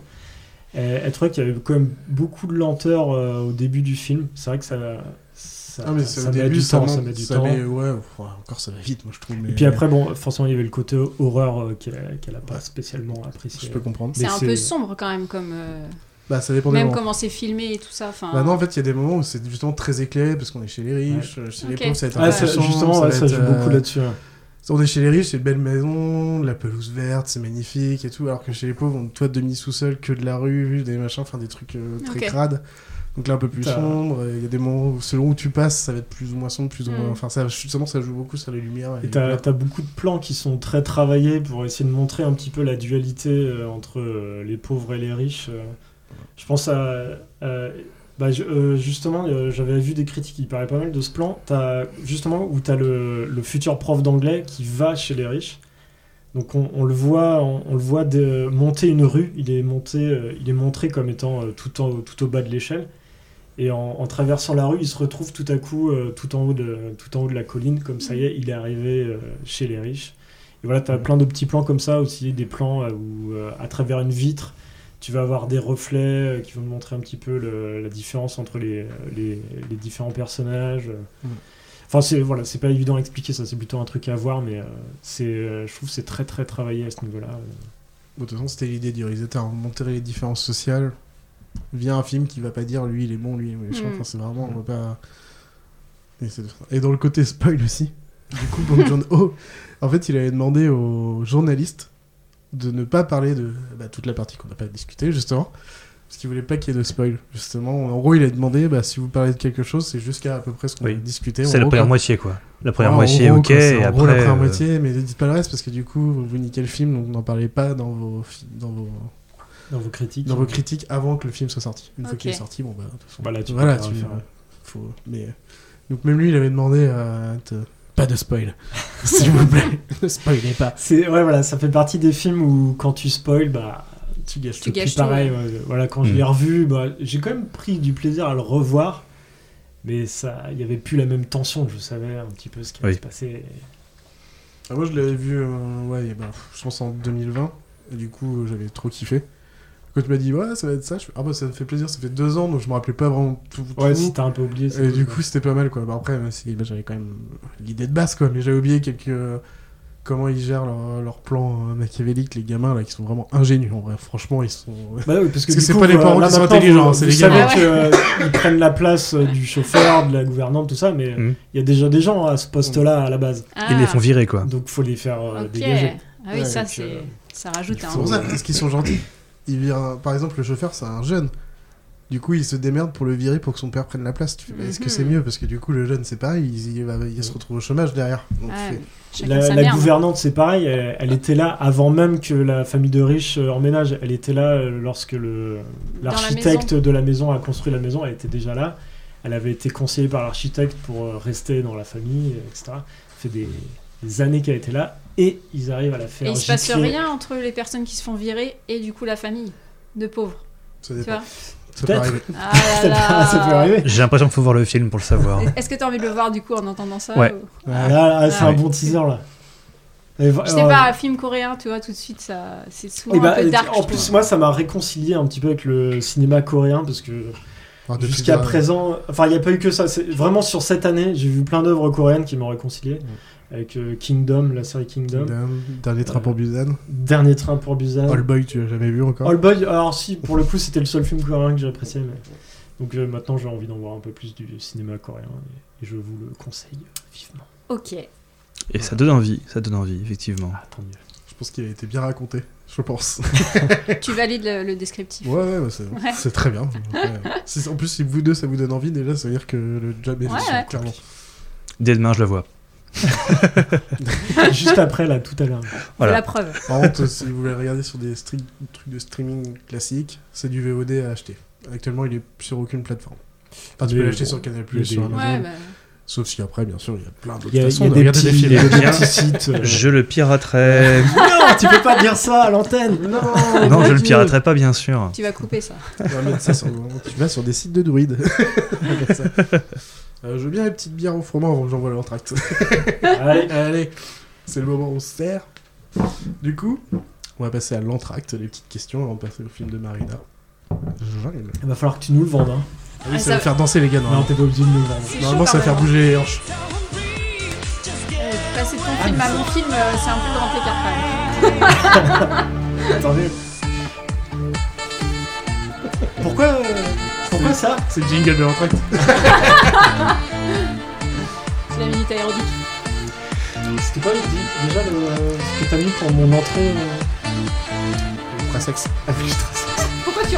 elle, elle trouvait qu'il y avait quand même beaucoup de lenteur euh, au début du film. C'est vrai que ça, ça, Ah, mais c'est ça, au met début, du ça temps, monte, ça met du ça temps. met- euh, ouais, pff, ouais, encore ça va vite, moi je trouve. Mais... Et puis après, bon, forcément, il y avait le côté horreur euh, qu'elle n'a pas Ouais. spécialement apprécié. Je peux comprendre. C'est Mais un peu sombre, quand même, comme. euh, Bah, ça dépend des Même moments. comment c'est filmé et tout ça. Enfin, Bah non, en fait, il y a des moments où c'est justement très éclairé parce qu'on est chez les riches, euh, chez Ok. les pauvres, ça va être Ah, ça, impressionnant, justement, va ouais, ça être, euh, joue beaucoup là-dessus, ouais. On est chez les riches, c'est une belle maison, la pelouse verte, c'est magnifique et tout, alors que chez les pauvres, on toit demi sous sol, que de la rue, des machins, enfin des trucs euh, très Ok. crades. Donc là, un peu plus T'as- sombre, et il y a des moments où, selon où tu passes, ça va être plus ou moins sombre, plus ou moins. Mm. Enfin, ça, justement, ça joue beaucoup sur les lumières. Et t'as t'as beaucoup de plans qui sont très travaillés pour essayer de montrer un petit peu la dualité euh, entre euh, les pauvres et les riches. euh. Je pense à. à- bah, je- euh, justement, euh, j'avais vu des critiques, il paraît pas mal de ce plan. T'as, justement, où t'as le, le futur prof d'anglais qui va chez les riches. Donc on, on le voit, on, on le voit de- monter une rue. Il est monté, euh, il est montré comme étant euh, tout, en- tout au bas de l'échelle. Et en, en traversant la rue, il se retrouve tout à coup euh, tout en haut de tout en haut de la colline. Comme ça y est, il est arrivé euh, chez les riches. Et voilà, Mm. t'as plein de petits plans comme ça aussi, des plans euh, où euh, à travers une vitre, tu vas avoir des reflets euh, qui vont te montrer un petit peu le- la différence entre les, les- les différents personnages. Mm. Enfin, c'est voilà, c'est pas évident à expliquer ça, c'est plutôt un truc à voir, mais euh, c'est, euh, je trouve que c'est très très travaillé à ce niveau-là. euh, Bon, de toute façon, c'était l'idée du réalisateur, hein, montrer les différences sociales via un film qui va pas dire lui il est bon, lui il est méchant. Mm. Enfin, c'est vraiment, on va pas. Et, c'est- et dans le côté spoil aussi, du coup, Bong Joon Ho, en fait, il avait demandé aux journalistes de ne pas parler de bah, toute la partie qu'on n'a pas discutée, justement. Parce qu'il voulait pas qu'il y ait de spoil, justement. En gros, il a demandé bah, si vous parlez de quelque chose, c'est jusqu'à à peu près ce qu'on a discuté. en C'est la gros, première quoi. moitié, quoi. La première en moitié, gros, ok, quoi, c'est et en gros, la après, première euh, moitié, mais ne dites pas le reste parce que du coup, vous, vous niquez le film, donc n'en parlez pas dans vos, fi- dans vos, Dans vos critiques. dans vos critiques avant que le film soit sorti. Une fois Ok. qu'il est sorti, bon bah, de toute façon, Bah là, tu voilà, peux pas tu- faire, ouais. faut- mais euh, donc même lui, il avait demandé euh, te- pas de spoil, s'il vous plaît, ne spoilez pas. C'est ouais voilà, ça fait partie des films où quand tu spoil bah tu gâches tout. tout. Puis pareil, ouais. ouais, voilà quand je Mm. l'ai revu, bah, j'ai quand même pris du plaisir à le revoir, mais ça, il y avait plus la même tension. Je savais un petit peu ce qui allait Oui. se passer. Ah, moi, je l'avais vu, euh, ouais, bah, je pense en 2020, et du coup, euh, j'avais trop kiffé. Quand tu m'as dit, ouais, ça va être ça, je fais, ah bah ça me fait plaisir, ça fait deux ans, donc je me rappelais pas vraiment tout. Ouais, tout. si t'as un peu oublié, c'est Et cool, du quoi. coup, c'était pas mal, quoi. Bah, après, bah, si, bah, j'avais quand même l'idée de base, quoi, mais j'avais oublié quelques. Comment ils gèrent leur, leur plan euh, machiavélique, les gamins là qui sont vraiment ingénieux en vrai. Franchement, ils sont. Bah oui, parce que du c'est coup, pas les euh, parents là, qui sont maintenant, intelligents, hein, vous- c'est vous les gamins. savez que, euh, ils prennent la place euh, du chauffeur, de la gouvernante, tout ça, mais il y a déjà des gens à ce poste-là à la base. Ah. Ils les font virer, quoi. Donc faut les faire euh, Ok. dégager. Ah oui, Ouais, ça, donc, c'est... euh, ça rajoute un. C'est pour ça, parce qu'ils sont gentils. Il vire- par exemple, le chauffeur, c'est un jeune. Du coup, il se démerde pour le virer pour que son père prenne la place. Tu fais, bah, Est-ce que c'est Mhm. mieux Parce que du coup, le jeune, c'est pareil, il, il va- il se retrouve au chômage derrière. Donc, Ah, tu fais- chacun La, sa hein. la merde. gouvernante, c'est pareil, elle, elle était là avant même que la famille de riches euh, emménage. Elle était là euh, lorsque le- Dans la l'architecte maison. de la maison a construit la maison, elle était déjà là. Elle avait été conseillée par l'architecte pour euh, rester dans la famille, euh, etc. Ça fait des, des années qu'elle était là et ils arrivent à la faire. Et il se passe gicler. rien entre les personnes qui se font virer et du coup la famille de pauvres. Ça Tu dépend. vois Ça peut Peut-être. arriver. Ah là là. J'ai l'impression qu'il faut voir le film pour le savoir. Est-ce que t'as envie de le voir du coup en entendant ça Ouais. ou- Ah, là, là, c'est Ah, un ouais. bon teaser là. Et va- Je sais euh, pas, un film coréen, tu vois, tout de suite, ça, c'est souvent Eh ben, un peu dark. en je plus, trouve. moi, ça m'a réconcilié un petit peu avec le cinéma coréen parce que Ah, depuis jusqu'à que- présent, enfin, il n'y a pas eu que ça. C'est vraiment sur cette année, j'ai vu plein d'œuvres coréennes qui m'ont réconcilié avec euh, Kingdom, la série Kingdom, Kingdom, Dernier train pour Busan. Dernier train pour Busan. All Boy, tu l'as jamais vu encore All Boy, alors si, pour le coup, c'était le seul film coréen que j'ai apprécié. mais- Donc euh, maintenant, j'ai envie d'en voir un peu plus du cinéma coréen et, et je vous le conseille vivement. Ok. Et ça donne envie, ça donne envie, effectivement. Je pense qu'il a été bien raconté. Je pense. Tu valides le, le descriptif. Ouais, ouais, bah, c'est Ouais. c'est très bien. Ouais. Si- en plus, si vous deux ça vous donne envie, déjà, ça veut dire que le job est Ouais, fait, ouais. clairement. Dès demain, je le vois. Juste après, là, tout à l'heure. Voilà. La preuve. Par contre, euh, si vous voulez regarder sur des stri- trucs de streaming classiques, c'est du VOD à acheter. Actuellement, il est sur aucune plateforme. Enfin, tu peux Mais l'acheter bon, sur Canal, il y a sur des- Amazon. Ouais, bah. Sauf si après, bien sûr, il y a plein d'autres Il y a- façons il y a de des regarder petits- des films. des petits sites, euh. Je le piraterai. Non, tu peux pas dire ça à l'antenne. Oh, Non, non, je le piraterai pas, bien sûr. Tu vas couper ça. On va mettre ça sur- hein. Tu vas sur des sites de druides. Comme ça. Euh, je veux bien les petites bières au froment avant que j'envoie l'entracte. Allez. Allez, c'est le moment où on se sert. Du coup, on va passer à l'entracte, les petites questions, avant de passer au film de Marina. J'arrive. Il va falloir que tu nous le vendes. Hein. Ah oui, ça va faire danser les gars. Non, t'es pas obligé de nous le vendre. Normalement, ça va faire bouger les hanches. Euh, passer de ton film à mon film, euh, c'est un peu le grand écart quand même. Attendez. Pourquoi, euh, pourquoi ça C'est le jingle de l'entracte. C'est la minute aérobique. C'était quoi le- déjà le, ce que t'as mis pour mon entrée euh, Tracex. Pourquoi tu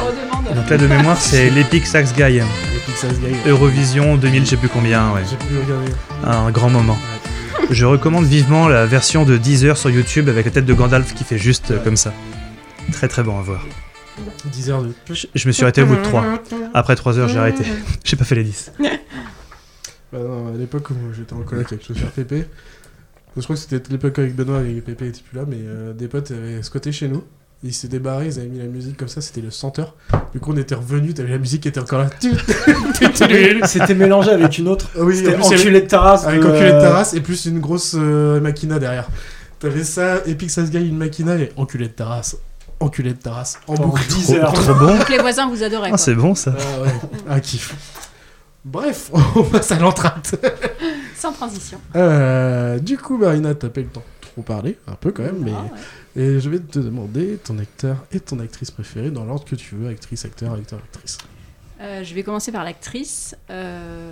redemandes Donc là, de mémoire, c'est l'Epic Sax Guy. L'Epic Sax Guy. Eurovision 2000, je sais plus combien, ouais. J'ai plus regardé. Un grand moment. Je recommande vivement la version de 10 heures sur YouTube avec la tête de Gandalf qui fait juste euh, comme ça. Très très bon à voir. 10 heures de. Je me suis arrêté au bout de 3. Après 3 heures, j'ai arrêté. J'ai pas fait les 10. Bah non, à l'époque où j'étais en coloc avec chauffeur Pépé, je crois que c'était l'époque avec Benoît et Pépé était plus là, mais euh, des potes avaient squatté chez nous. Ils s'étaient débarrés, ils avaient mis la musique comme ça, c'était le senteur. Du coup, on était revenus, t'avais la musique qui était encore là. C'était mélangé avec une autre. Ah oui, C'était en plus, il y avait- enculé de euh, Taras. Avec de- enculé de Taras et plus une grosse euh, maquina derrière. T'avais ça, Epic Sass Guy, une maquina et enculé de Taras. Enculé de Taras. En Pendant boucle. 10 Trop- heures. trop bon. Donc les voisins vous adoraient. quoi. Ah ouais, un kiff. Bref, on passe à l'entracte. Sans transition. Euh, du coup, Marina, t'as pas eu le temps de trop parler, un peu quand même, Ah, mais. Et je vais te demander ton acteur et ton actrice préférée dans l'ordre que tu veux, actrice, acteur, acteur, actrice. Euh, je vais commencer par l'actrice. Euh,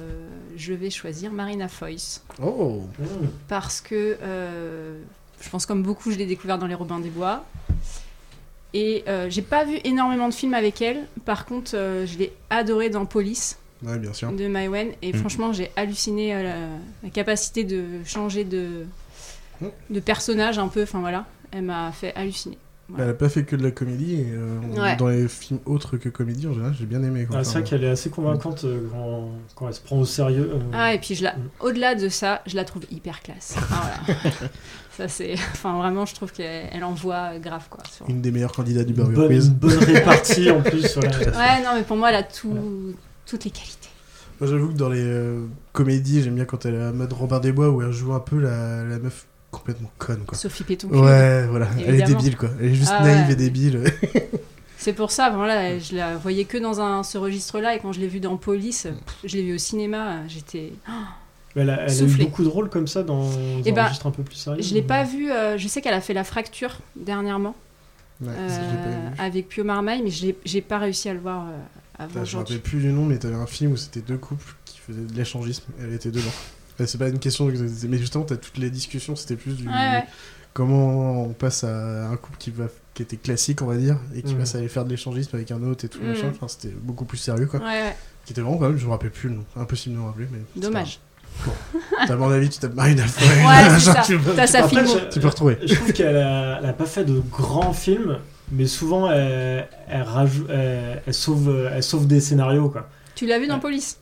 je vais choisir Marina Foïs. Oh Mmh. Parce que euh, je pense comme beaucoup, je l'ai découvert dans Les Robins des Bois. Et euh, j'ai pas vu énormément de films avec elle. Par contre, euh, je l'ai adorée dans Police Ouais, bien sûr. de Maïwen. Et Mm. franchement, j'ai halluciné à la, la capacité de changer de, de personnage un peu. Enfin voilà, elle m'a fait halluciner. Bah, Elle a pas fait que de la comédie. Et, euh, on- Ouais. Dans les films autres que comédie, en général, j'ai bien aimé. quoi. Ah, c'est vrai qu'elle est assez convaincante euh, quand, quand elle se prend au sérieux. euh, Ah, et puis je la, au-delà de ça, je la trouve hyper classe. Ah, voilà. ça c'est, enfin vraiment, je trouve qu'elle elle envoie grave quoi. sur- Une des meilleures candidates du Burger bonne- Quiz. une bonne répartie, en plus, voilà. Tout à fait. Ouais, non, mais pour moi, elle a tout, toutes les qualités. Moi, j'avoue que dans les euh, comédies, j'aime bien quand elle est à mode Robert Desbois où elle joue un peu la, la meuf complètement conne, quoi. Sophie Pétonculo. Ouais, voilà. Elle est Évidemment. débile, quoi. Elle est juste Ah naïve ouais. et débile. C'est pour ça, voilà, je la voyais que dans un, ce registre-là, et quand je l'ai vue dans Police, pff, je l'ai vue au cinéma, j'étais. Ah mais Elle a, elle a eu Soufflée. beaucoup de rôles comme ça dans un Eh ben, registre un peu plus sérieux. Je l'ai mais- pas vue, euh, je sais qu'elle a fait La Fracture dernièrement, Ouais, euh, Ah, ça, je l'ai pas vu. avec Pio Marmaille, mais je l'ai- j'ai pas réussi à le voir euh, avant Putain, je me aujourd'hui. rappelle plus du nom, mais t'avais un film où c'était deux couples qui faisaient de l'échangisme. et Elle était dedans. Et c'est pas une question, de- mais justement, t'as toutes les discussions. C'était plus du Ouais, ouais. comment on passe à un couple qui va qui était classique, on va dire, et qui Mhm. passe à aller faire de l'échangisme avec un autre et tout Mhm. machin. Enfin, c'était beaucoup plus sérieux, quoi. Ouais, ouais. Qui était vraiment pas mal. Je me rappelle plus le nom. Impossible de me rappeler, mais. c'est Dommage. pas grave. Bon, t'as mon avis, tu tapes Marina Foy. Ouais, c'est ça. Tu peux- T'as sa tu peux- filmo. Tu peux retrouver. Je trouve qu'elle a, elle a pas fait de grands films, mais souvent elle, elle, rajou- elle- elle sauve, elle sauve des scénarios quoi. Tu l'as vue dans Police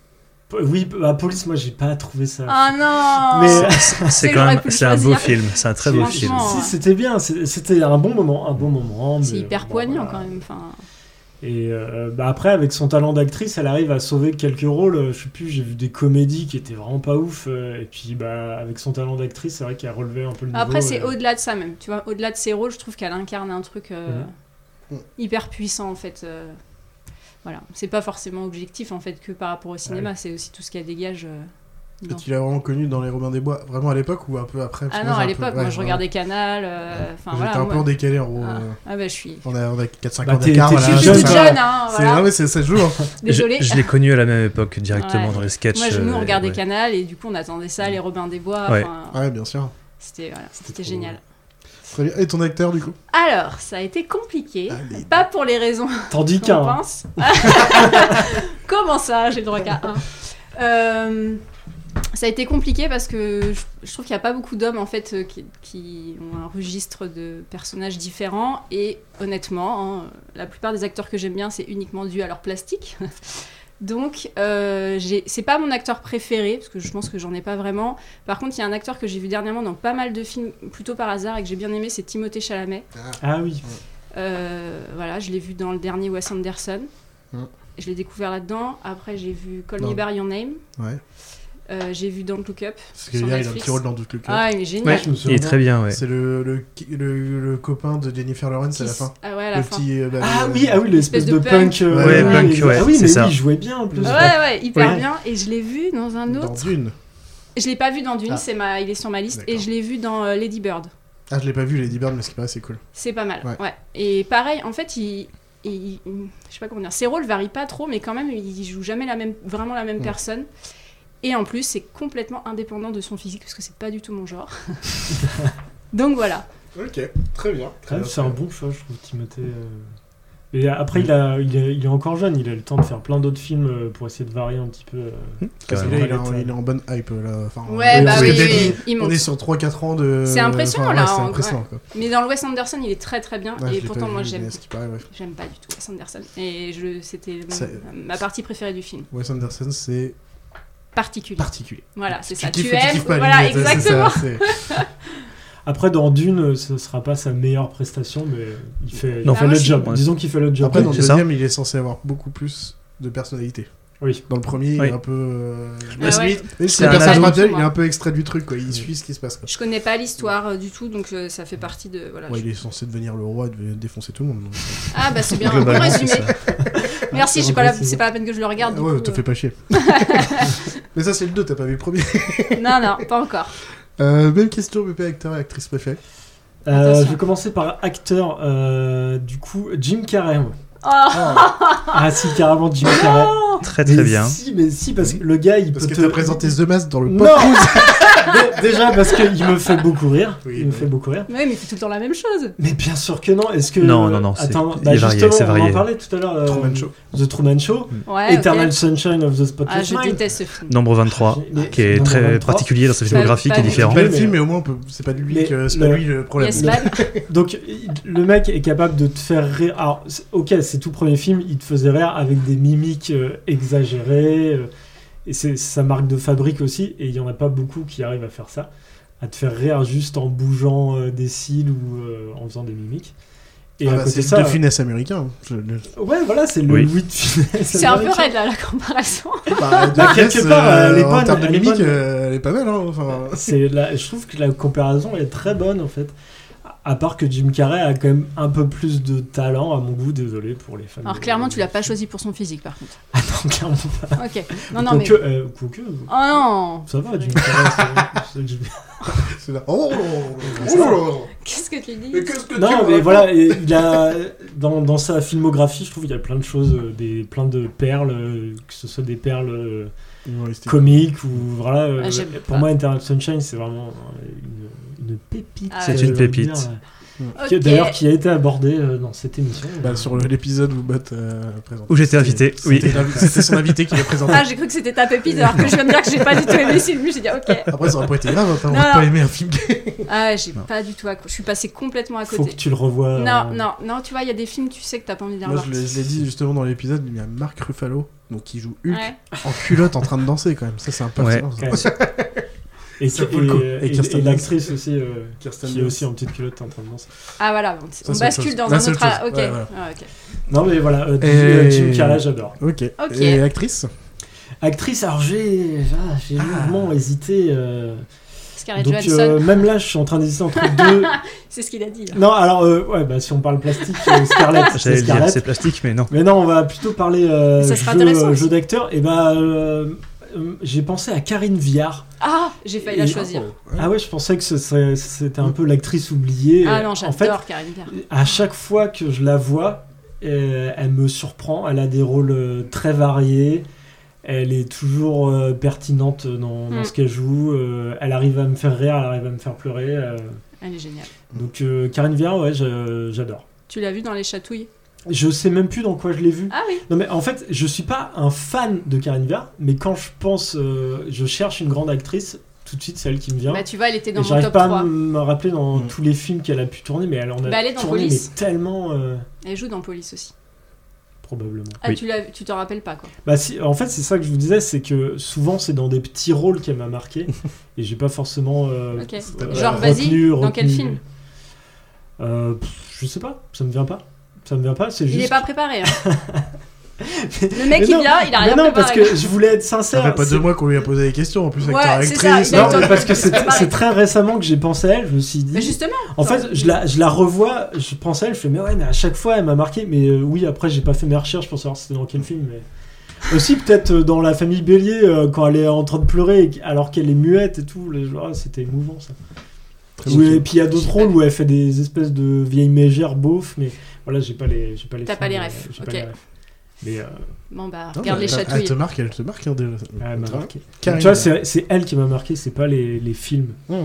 P- Oui, p- bah, Police, moi j'ai pas trouvé ça. Ah non Mais- C'est- c'est quand j'aurais même- pu le c'est un beau choisir. film, c'est un très beau Si, film. hein. Franchement, euh. si, c'était bien, c'est- c'était un bon moment, un bon moment. C'est mais hyper bon, poignant voilà. quand même. Enfin, Et euh, bah, après, avec son talent d'actrice, elle arrive à sauver quelques rôles. Euh, Je sais plus, j'ai vu des comédies qui étaient vraiment pas ouf. euh, Et puis bah, avec son talent d'actrice, c'est vrai qu'elle a relevé un peu le niveau. euh, Après, c'est et- au-delà de ça même. Tu vois, au-delà de ses rôles, je trouve qu'elle incarne un truc euh, Mhm. hyper puissant en fait. euh, voilà, c'est pas forcément objectif en fait que par rapport au cinéma, c'est aussi tout ce qu'elle dégage. euh, dans- Tu l'as vraiment connu dans Les Robins des Bois, vraiment à l'époque ou un peu après parce Ah que non, moi, j'ai à un peu- l'époque, ouais, moi je vraiment. regardais Canal. euh, Enfin J'étais voilà. un peu moi- en décalé en gros. Ah, euh, ah bah je suis. On a, on a 4-5 Bah, ans t'es- d'écart. t'es voilà, toute ça jeune, va. jeune, hein, C'est- voilà. ah ouais, c'est- ça se joue. hein. Désolée. Je, je l'ai connu à la même époque directement Ouais. dans les sketchs. Moi, je, nous, on euh, regardait ouais. Canal et du coup, on attendait ça, les Robins des Bois. Ouais. enfin, Mm. Ouais, bien sûr. C'était voilà, c'était génial. Très bien. Et ton acteur du coup Alors, ça a été compliqué, pas pour les raisons T'en dis qu'on qu'un, hein. pense. Comment ça, j'ai le droit qu'à un. Euh, ça a été compliqué parce que je, je trouve qu'il n'y a pas beaucoup d'hommes en fait euh, qui, qui ont un registre de personnages différents et honnêtement, hein, la plupart des acteurs que j'aime bien, c'est uniquement dû à leur plastique. Donc, euh, j'ai- c'est pas mon acteur préféré, parce que je pense que j'en ai pas vraiment. Par contre, il y a un acteur que j'ai vu dernièrement dans pas mal de films, plutôt par hasard, et que j'ai bien aimé, c'est Timothée Chalamet. Ah oui. Euh, voilà, je l'ai vu dans le dernier Wes Anderson. Mm. Je l'ai découvert là-dedans. Après, j'ai vu Call Dans- Me By Your Name. Ouais. Euh, j'ai vu Don't Look Up. Parce que sur hier, il a un Netflix. petit rôle dans Don't Look Up. Ah, il est génial. Il est très bien, ouais. C'est le, le, le, le copain de Jennifer Lawrence à la Qui- fin. ah ouais, à la le fin. Petit, euh, bah, Ah le- oui, ah oui, l'espèce Espèce de, de punk. punk. euh, Ouais, oui, punk, ouais, Ah oui, c'est mais ça. lui, il jouait bien en plus. Ouais, ouais, hyper bien. Et je l'ai vu dans un Dans autre. Dune. Je l'ai pas vu dans Dune, Ah. c'est ma... il est sur ma liste. Et je l'ai vu dans euh, Lady Bird. Ah, je l'ai pas vu, Lady Bird, mais ce qui paraît, c'est cool. C'est pas mal, Ouais. ouais. Et pareil, en fait, il, il- il- je sais pas comment dire, ses rôles varient pas trop, mais quand même, il joue jamais la même, vraiment la même Ouais. personne. Et en plus, c'est complètement indépendant de son physique, parce que c'est pas du tout mon genre. Donc voilà. Ok, très bien. Très bien, c'est un bon choix, je trouve, Timothée. euh. Et après, Mm. il, a, il, est, il est encore jeune, il a le temps de faire plein d'autres films euh, pour essayer de varier un petit peu. euh, Parce que sa là, il, est palette, en, euh. il est en bonne hype là. Enfin, euh, Ouais, bah parce oui, que dès oui, qu'on- il Oh, On monte. est sur 3-4 ans de. c'est impressionnant enfin, ouais, là. C'est en- impressionnant ouais. quoi. Mais dans le Wes Anderson, il est très très bien. Ouais, je l'ai et pas pourtant, vu, moi, mais j'aime. ce qui paraît, ouais. J'aime pas du tout Wes Anderson. Et je, c'était mon- C'est- ma partie préférée du film. Wes Anderson, c'est Particulier. particulier. Voilà, c'est Tu ça. kiffes Tu ou aimes. kiffes pas, Voilà, limite, c'est ça, exactement. c'est- Après, dans Dune, euh, ce sera pas sa meilleure prestation, mais il fait, il Non. fait Ah, moi, le je- job. ouais. Disons qu'il fait le job. Euh, Après, dans Oui, le c'est ça. deuxième, il est censé avoir beaucoup plus de personnalité. Oui. Dans le premier, il Oui. est un peu. euh, Ah ouais. limite, même si C'est le un personnage ajout. principal, il est un peu extrait du truc, quoi. Il suit ce qui se passe. quoi. Je connais pas l'histoire euh, du tout, donc euh, ça fait partie de. Voilà, Ouais, il est censé devenir le roi et de défoncer tout le monde. donc. Ah bah c'est bien, bon Globalement, résumé. c'est ça. Merci, Ouais, j'ai pas la- c'est c'est bon. pas la peine que je le regarde. du ouais, coup, te euh. fais pas chier. Mais ça, c'est le 2, t'as pas vu le premier. non, non, pas encore. Euh, même question, BP, acteur et actrice préférée. Euh, Attention. je vais commencer par acteur. euh, du coup, Jim Carrey. moi. Oh. Ah si, carrément Jim Carrey. non Très, très Mais bien. Si, mais si, parce que le gars, il Parce peut que te- t'as présenté The Mask dans le Non podcast. Dé- Déjà, parce qu'il me fait beaucoup rire. il me fait beaucoup rire. Ouais, mais il fait tout le temps la même chose. Mais bien sûr que non. Est-ce que Non, non, non, c'est- Attends, il bah est varié, justement, c'est on en varié. parlait tout à l'heure. euh, Truman Show. The Truman Show. Ouais, Eternal Ah, ok. Sunshine of the Spotless Ah, je Mind. déteste ce film. Nombre 23, Mais- qui est Nombre très 23. particulier dans sa Ça- filmographie, qui pas est différent. Pas le film, mais au moins, on peut- c'est pas de lui Mais que- c'est pas lui le problème. Yes, man. Donc il- le mec est capable de te faire rire. Alors c'est- ok, c'est tout premier film, il te faisait rire avec des mimiques euh, exagérées. euh, et c'est sa marque de fabrique aussi. Et il y en a pas beaucoup qui arrivent à faire ça, à te faire rire juste en bougeant euh, des cils ou euh, en faisant des mimiques. Et Ah à bah, côté c'est de ça, le finesse américain. hein. Je- le- ouais, voilà, c'est le Oui. Louis de finesse. C'est un peu américain. raide, là, la comparaison. Bah, de Bah, finesse, quelque part, euh, elle est En bonne, termes de elle est mimique, bonne. euh, elle est pas mal. Hein, enfin... C'est la- je trouve que la comparaison est très bonne en fait. À part que Jim Carrey a quand même un peu plus de talent à mon goût, désolé pour les fans. Alors, de- clairement, tu l'as pas choisi pour son physique, par contre. Ah non, clairement pas. Ok. Non, non, mais. Quoique, euh, quoique, Oh non Ça va, Jim Carrey. c'est- c'est- C'est là. Oh Qu'est-ce que tu dis non, mais voilà, et il a, dans, dans sa filmographie, je trouve qu'il y a plein de choses, euh, des, plein de perles, euh, que ce soit des perles euh, Humoristiques. comiques ou voilà. euh, Ah, j'aime pour pas. moi, Internet Sunshine, c'est vraiment euh, une, une pépite. Ah, C'est j'ai une envie de pépite. dire, euh, Ok. qui- D'ailleurs, qui a été abordée euh, dans cette émission. Bah, sur le- l'épisode où Bot euh, présente. Où j'étais invité, C'était- oui. c'était l'invi- C'était son invité qui l'a présenté. Ah, j'ai cru que c'était ta pépite, alors que je viens de dire que j'ai pas du tout aimé ce film. J'ai dit, ok. Après, ça aurait pas été grave, hein, on Non, aurait pas non. aimé un film. Ah, j'ai Non. pas du tout accro- Je suis passée complètement à côté. Faut que tu le revoies, Non, euh. non, non, tu vois, il y a des films, tu sais que t'as pas envie d'aller Moi, voir. je l'ai je l'ai dit justement dans l'épisode, il y a Marc Ruffalo, donc qui joue Hulk, Ouais. en culotte en train de danser quand même. Ça, c'est un personnage. Ouais. Et, Ça qui- vaut le et- coup. et- Et Kirsten et Dunst. l'actrice aussi, euh, Kirsten qui est Dunst. aussi en petite culotte hein, en train de danser. Ah, voilà, on, Ça, on c'est autre bascule chose. dans Là, un c'est autre. autre chose. Ok. Ouais, voilà. Ah, ok. Non, mais voilà, euh, Et- Jim Carrey, j'adore. Ok. Ok. Et actrice Actrice, alors j'ai ah, j'ai lourdement hésité. euh, Scarlett donc, Johansson. euh, même là, je suis en train d'hésiter entre deux. C'est ce qu'il a dit. là. Non, alors, euh, ouais, bah, si on parle plastique, euh, Scarlett. c'est Ah, J'allais le dire, Scarlett. c'est plastique, mais non. Mais non, on va plutôt parler euh, Ça sera intéressant jeu, aussi. jeu d'acteur. Et bah, euh, euh, j'ai pensé à Karine Viard. Ah, j'ai failli la Et- choisir. Ah ouais, je pensais que ce serait- c'était un peu l'actrice oubliée. Ah non, euh, En fait, j'adore Karine Viard. à chaque fois que je la vois, euh, elle me surprend. Elle a des rôles euh, très variés. Elle est toujours euh, pertinente dans, dans Mm. ce qu'elle joue. Euh, elle arrive à me faire rire, elle arrive à me faire pleurer. euh. Elle est géniale. Donc, euh, Karine Viard, ouais, je- j'adore. Tu l'as vu dans Les Chatouilles Je sais même plus dans quoi je l'ai vue. Ah oui. Non mais en fait, je suis pas un fan de Karine Viard, mais quand je pense, euh, je cherche une grande actrice, tout de suite celle qui me vient. Bah, tu vois, elle était dans Et mon j'arrive top pas 3. à me rappeler dans Mm. tous les films qu'elle a pu tourner, mais elle en a Bah, elle est dans tourné Police. mais tellement euh, Elle joue dans Police aussi. probablement. Ah, tu l'as- tu t'en rappelles pas quoi. Bah si, en fait, c'est ça que je vous disais, c'est que souvent c'est dans des petits rôles qu'elle m'a marqué, et j'ai pas forcément. euh, Ok. euh, Genre, retenu- vas-y, dans quel retenu. film Euh, pff, Je sais pas, ça me vient pas. Ça me vient pas, c'est Il juste. n'est pas préparé. hein. Le mec, Mais il non, vient, il a mais rien non, parce préparé. que je voulais être Ça sincère. fait pas c'est- deux mois qu'on lui a posé des questions en plus, Ouais, acteur c'est ça, actrice. il a Non, Exactement. mais parce que c'est C'est pareil. c'est très récemment que j'ai pensé à elle, je me suis dit. Mais Bah, justement, En fait, je la, je la revois, je pense à elle, je fais, mais ouais, mais à chaque fois, elle m'a marqué. Mais euh, oui, après, j'ai pas fait mes recherches pour savoir c'était dans quel film. Mais... Aussi, peut-être euh, dans La famille Bélier, euh, quand elle est en train de pleurer et qu- alors qu'elle est muette et tout, là, genre, ah, c'était émouvant ça. Très Oui, bon et puis il y a d'autres rôles où elle fait des espèces de vieilles mégères beaufs, mais voilà, j'ai pas les j'ai pas les T'as films, pas les euh, refs, j'ai pas ok. les refs. Mais euh, Bon bah, Non, regarde mais les elle- Elle chatouilles. te marque, elle te marque. hein, déjà. elle m'a marqué. Karine. Tu vois, c'est c'est elle qui m'a marqué, c'est pas les, les films. Mmh.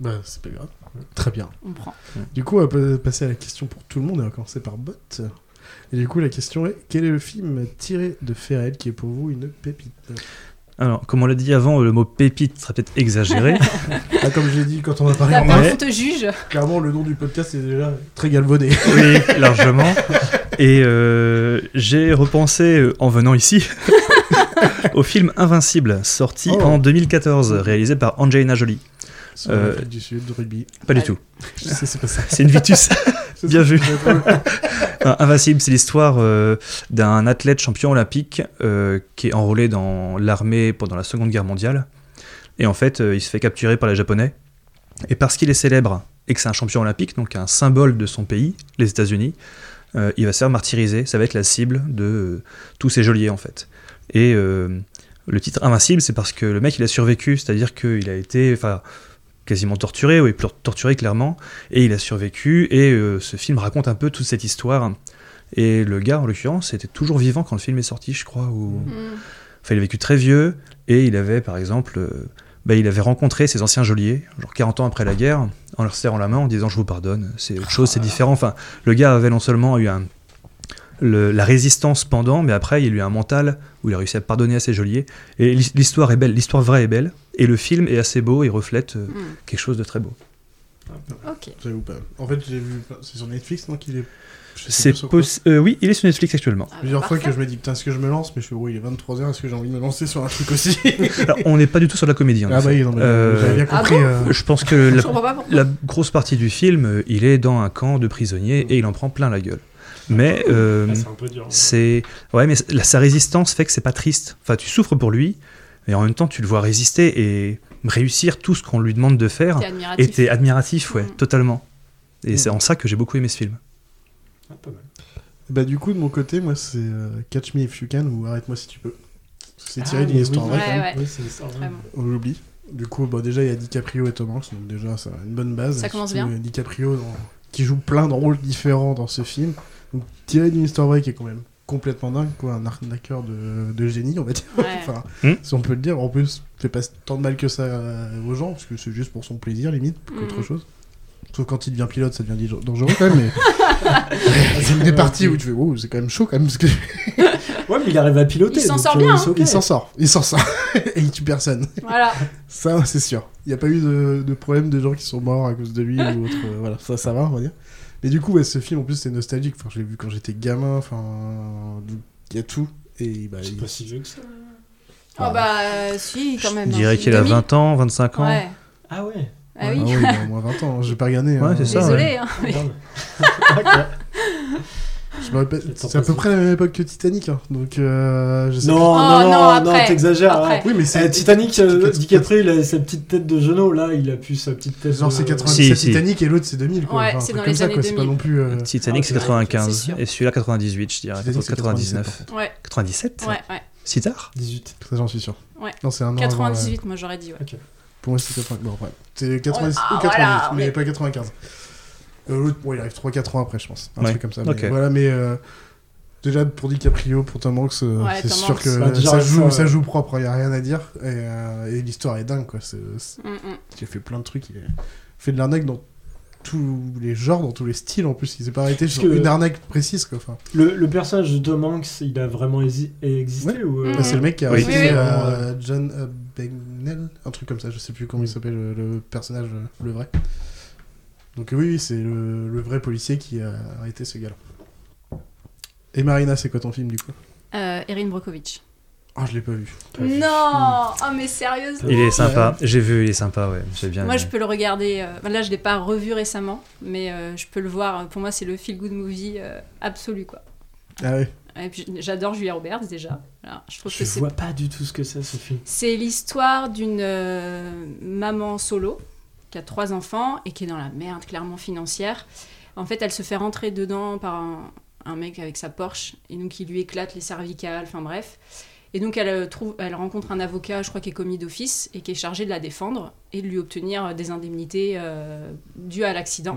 Bah, c'est pas grave. Très bien. On prend. Du coup, on va pa- passer à la question pour tout le monde et on va commencer par Bot. Et du coup, la question est quel est le film tiré de Ferrel qui est pour vous une pépite Alors, comme on l'a dit avant, le mot pépite serait peut-être exagéré. Ah, Comme je l'ai dit quand on a parlé T'as en peur off, qu'on te juge clairement, le nom du podcast est déjà très galvaudé. Oui, largement. Et euh, j'ai repensé, euh, en venant ici, au film Invincible, sorti Oh. en 2014, réalisé par Angelina Jolie. Sur Euh, l'Afrique du Sud, rugby. Pas du Allez. tout. Je sais, c'est pas ça. C'est une Vitus. C'est Bien ça, vu. c'est pas- Non, Invincible, c'est l'histoire euh, d'un athlète champion olympique euh, qui est enrôlé dans l'armée pendant la Seconde Guerre mondiale. Et en fait, euh, il se fait capturer par les Japonais. Et parce qu'il est célèbre et que c'est un champion olympique, donc un symbole de son pays, les États-Unis, euh, il va se faire martyriser. Ça va être la cible de euh, tous ces geôliers, en fait. Et euh, le titre Invincible, c'est parce que le mec, il a survécu, c'est-à-dire qu'il a été. enfin, quasiment torturé, oui, plus torturé clairement, et il a survécu, et euh, ce film raconte un peu toute cette histoire, Et le gars, en l'occurrence, était toujours vivant quand le film est sorti, je crois. Ou... Mm. Hmm, Enfin, il a vécu très vieux et il avait, par exemple, euh, bah, il avait rencontré ses anciens geôliers, genre 40 ans après la guerre, en leur serrant la main en disant Je vous pardonne, c'est autre chose, c'est différent. Enfin, le gars avait non seulement eu un, le- la résistance pendant, mais après, il a eu un mental où il a réussi à pardonner à ses geôliers. Et l'his- l'histoire est belle, l'histoire vraie est belle, et le film est assez beau et reflète euh, Mm. quelque chose de très beau. Ok. J'avoue pas. En fait, j'ai vu. C'est sur Netflix, non qu'il est. je sais C'est plus sur quoi. possi- euh, oui, il est sur Netflix actuellement. Ah, bah, Plusieurs fois que je me dis, putain, est-ce que je me lance Mais je fais, oui, il est 23h, est-ce que j'ai envie de me lancer sur un truc aussi Alors, on n'est pas du tout sur de la comédie. en Ah effet. bah oui, non, mais j'avais bien compris, Ah bon euh. Je pense que Je la, comprends pas pourquoi. la grosse partie du film, euh, il est dans un camp de prisonniers et il en prend plein la gueule. Mais euh, Ah, c'est un peu dur, ouais. c'est ouais, mais la- sa résistance fait que c'est pas triste. Enfin, tu souffres pour lui, mais en même temps, tu le vois résister et réussir tout ce qu'on lui demande de faire. T'es admiratif. Et t'es admiratif, Mm. ouais, totalement. Et c'est en ça que j'ai beaucoup aimé ce film. ah, Bah, du coup, de mon côté, moi, c'est euh, Catch Me If You Can ou Arrête-moi si tu peux. Parce que C'est Ah, tiré d'une mais oui. histoire vraie. Ouais, quand même. ouais. Oui, c'est une histoire vraie. Vraiment. On l'oublie. Du coup, bah, déjà, il y a DiCaprio et Tom Hanks, donc déjà, ça a une bonne base. Ça commence Surtout, bien. euh, DiCaprio dans- qui joue plein de rôles différents dans ce film. Donc, tiré d'une histoire vraie qui est quand même complètement dingue, quoi. Un arnaqueur de, de génie, on va dire. Ouais. Enfin, Hmm. Si on peut le dire, en plus, fait pas tant de mal que ça euh, aux gens, parce que c'est juste pour son plaisir, limite, qu'autre Mhm. chose. Sauf quand il devient pilote, ça devient di- dangereux quand même, mais. c'est une des parties où tu fais, wow, c'est quand même chaud quand même. Parce que... Ouais, mais il arrive à piloter. Il s'en donc, sort euh, bien, c'est hein. ok. Il s'en sort, il s'en sort. Et il tue personne. Voilà. Ça, c'est sûr. Il n'y a pas eu de, de problème de gens qui sont morts à cause de lui ou autre. euh, voilà, ça, ça va, on va dire. Mais du coup, ouais, ce film, en plus, c'est nostalgique. Enfin, je l'ai vu quand j'étais gamin. Enfin, il y a tout. Et bah, il... pas si vieux que ça. Oh bah euh, si, quand même. Je dirais qu'il a 20 ans, 25 ans. Ouais. Ah ouais. Ah oui. il a au moins 20 ans. hein. J'ai pas regardé. Ouais, c'est ça, Désolé. Hein, mais- Je me rappelle- C'est à peu près la même époque que Titanic. hein, Donc, euh, je sais Non, plus. non, non, non, t'exagères. hein. Oui, mais c'est Eh, Titanic, euh, DiCaprio, il a sa petite tête de genou, là, il a plus sa petite tête euh, Genre, c'est 97 Si, si. Titanic et l'autre, c'est 2000. Quoi. Ouais, Enfin, un c'est truc dans comme les ça, années quoi. C'est pas 2000. non plus. euh, Titanic, c'est 95. Et celui-là, 98, je dirais. Titanic, c'est 99. 97. Ouais. 97 Ouais, ouais. Si tard 18. Ça, j'en suis sûr. Ouais. Non, c'est un an avant, 98, moi j'aurais dit. Ouais. euh, Pour moi, c'est 95. Bon, ouais. C'est 90 Ah, ou 98, voilà, on mais est- pas 95. Euh, L'autre, bon, il arrive 3-4 ans après, je pense. Un Ouais. truc comme ça. Ok. Mais, voilà, mais euh, déjà pour DiCaprio, pour Tom Hanks, euh, Ouais, c'est Tom sûr Hanks. que Bah, déjà, ça, ça, joue, ouais. ça joue propre, il n'y a rien à dire. Et, euh, et l'histoire est dingue, quoi. C'est- c'est- Mm, mm. Il a fait plein de trucs. Il a fait de l'arnaque dans tous les genres, dans tous les styles en plus. Il s'est pas arrêté Parce sur que- une arnaque précise, quoi. Enfin, Le, le personnage de Tom Hanks, il a vraiment hési- existé ou, Mmh. euh, Bah, c'est le mec qui a Oui. réussi Oui, oui. euh, John euh, Bagnell, un truc comme ça, je sais plus comment il s'appelle euh, le personnage, euh, le vrai. Donc euh, oui, oui, c'est le, le vrai policier qui a arrêté ce gars-là. Et Marina, c'est quoi ton film du coup Euh, Erin Brockovich. Ah, je l'ai pas vu. Mm. Non Oh mais sérieusement Il est sympa. J'ai vu, il est sympa, ouais. J'ai bien Moi aimé. je peux le regarder. euh, ben là je l'ai pas revu récemment, mais euh, je peux le voir. Pour moi c'est le feel good movie euh, absolu quoi. Ah ouais. Et puis j'adore Julia Roberts déjà. Voilà, je trouve Je que c'est vois pas du tout ce que c'est, ce film. C'est l'histoire d'une euh, maman solo qui a trois enfants et qui est dans la merde clairement financière. En fait, elle se fait rentrer dedans par un, un mec avec sa Porsche et donc il lui éclate les cervicales, enfin bref. Et donc elle, euh, trouve, elle rencontre un avocat, je crois, qui est commis d'office et qui est chargé de la défendre et de lui obtenir euh, des indemnités euh, dues à l'accident.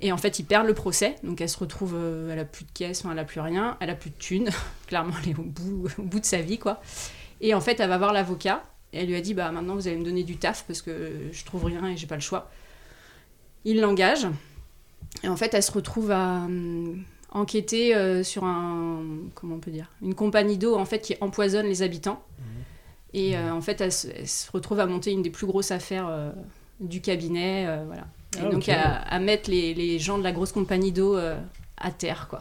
Et en fait, ils perdent le procès, donc elle se retrouve, euh, elle a plus de caisse, enfin, elle a plus rien, elle a plus de thunes, clairement elle est au bout, au bout de sa vie, quoi. Et en fait, elle va voir l'avocat, et elle lui a dit, bah maintenant vous allez me donner du taf, parce que je trouve rien et j'ai pas le choix. Il l'engage, et en fait, elle se retrouve à hum, enquêter euh, sur un, comment on peut dire, une compagnie d'eau, en fait, qui empoisonne les habitants. Mmh. Et euh, en fait, elle se, elle se retrouve à monter une des plus grosses affaires euh, du cabinet, euh, voilà. Et Ah, donc ok. à, à mettre les, les gens de la grosse compagnie d'eau euh, à terre, quoi.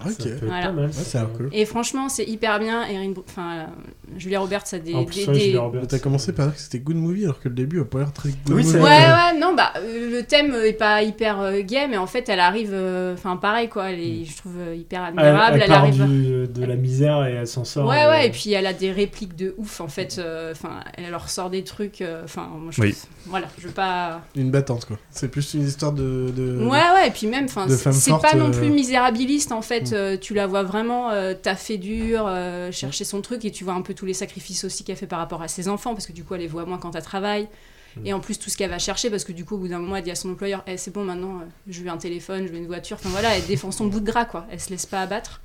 Ah, ok. Ça peut être Voilà. pas mal, ça. Ouais, ça a l'air cool. Et franchement, c'est hyper bien. Erin Bro- enfin, euh, Julia Roberts a des. En des- des- T'as commencé par dire que c'était Good Movie alors que le début a pas l'air très Good Oui, Movie. Ouais, ouais, non, bah, euh, le thème est pas hyper euh, gay, mais en fait, elle arrive, euh, enfin, pareil, quoi, elle est, je trouve, euh, hyper admirable. Mm. elle, Elle, part arrive. du- de la misère et elle s'en sort. Ouais, euh, ouais, et puis elle a des répliques de ouf, en fait, euh, enfin, elle leur sort des trucs, euh, enfin, moi, je Oui. trouve- voilà, je veux pas. Une battante, quoi. C'est plus une histoire de. de- Ouais, ouais, et puis même, enfin, de c'est femme c'est forte, pas non euh, plus misérabiliste en fait. euh, tu la vois vraiment euh, taffer dur, euh, chercher son truc, et tu vois un peu tous les sacrifices aussi qu'elle fait par rapport à ses enfants, parce que du coup, elle les voit moins quand elle travaille. Et en plus, tout ce qu'elle va chercher, parce que du coup, au bout d'un moment, elle dit à son employeur Eh, C'est bon, maintenant, euh, je veux un téléphone, je veux une voiture. Enfin voilà, elle défend son bout de gras, quoi. Elle se laisse pas abattre.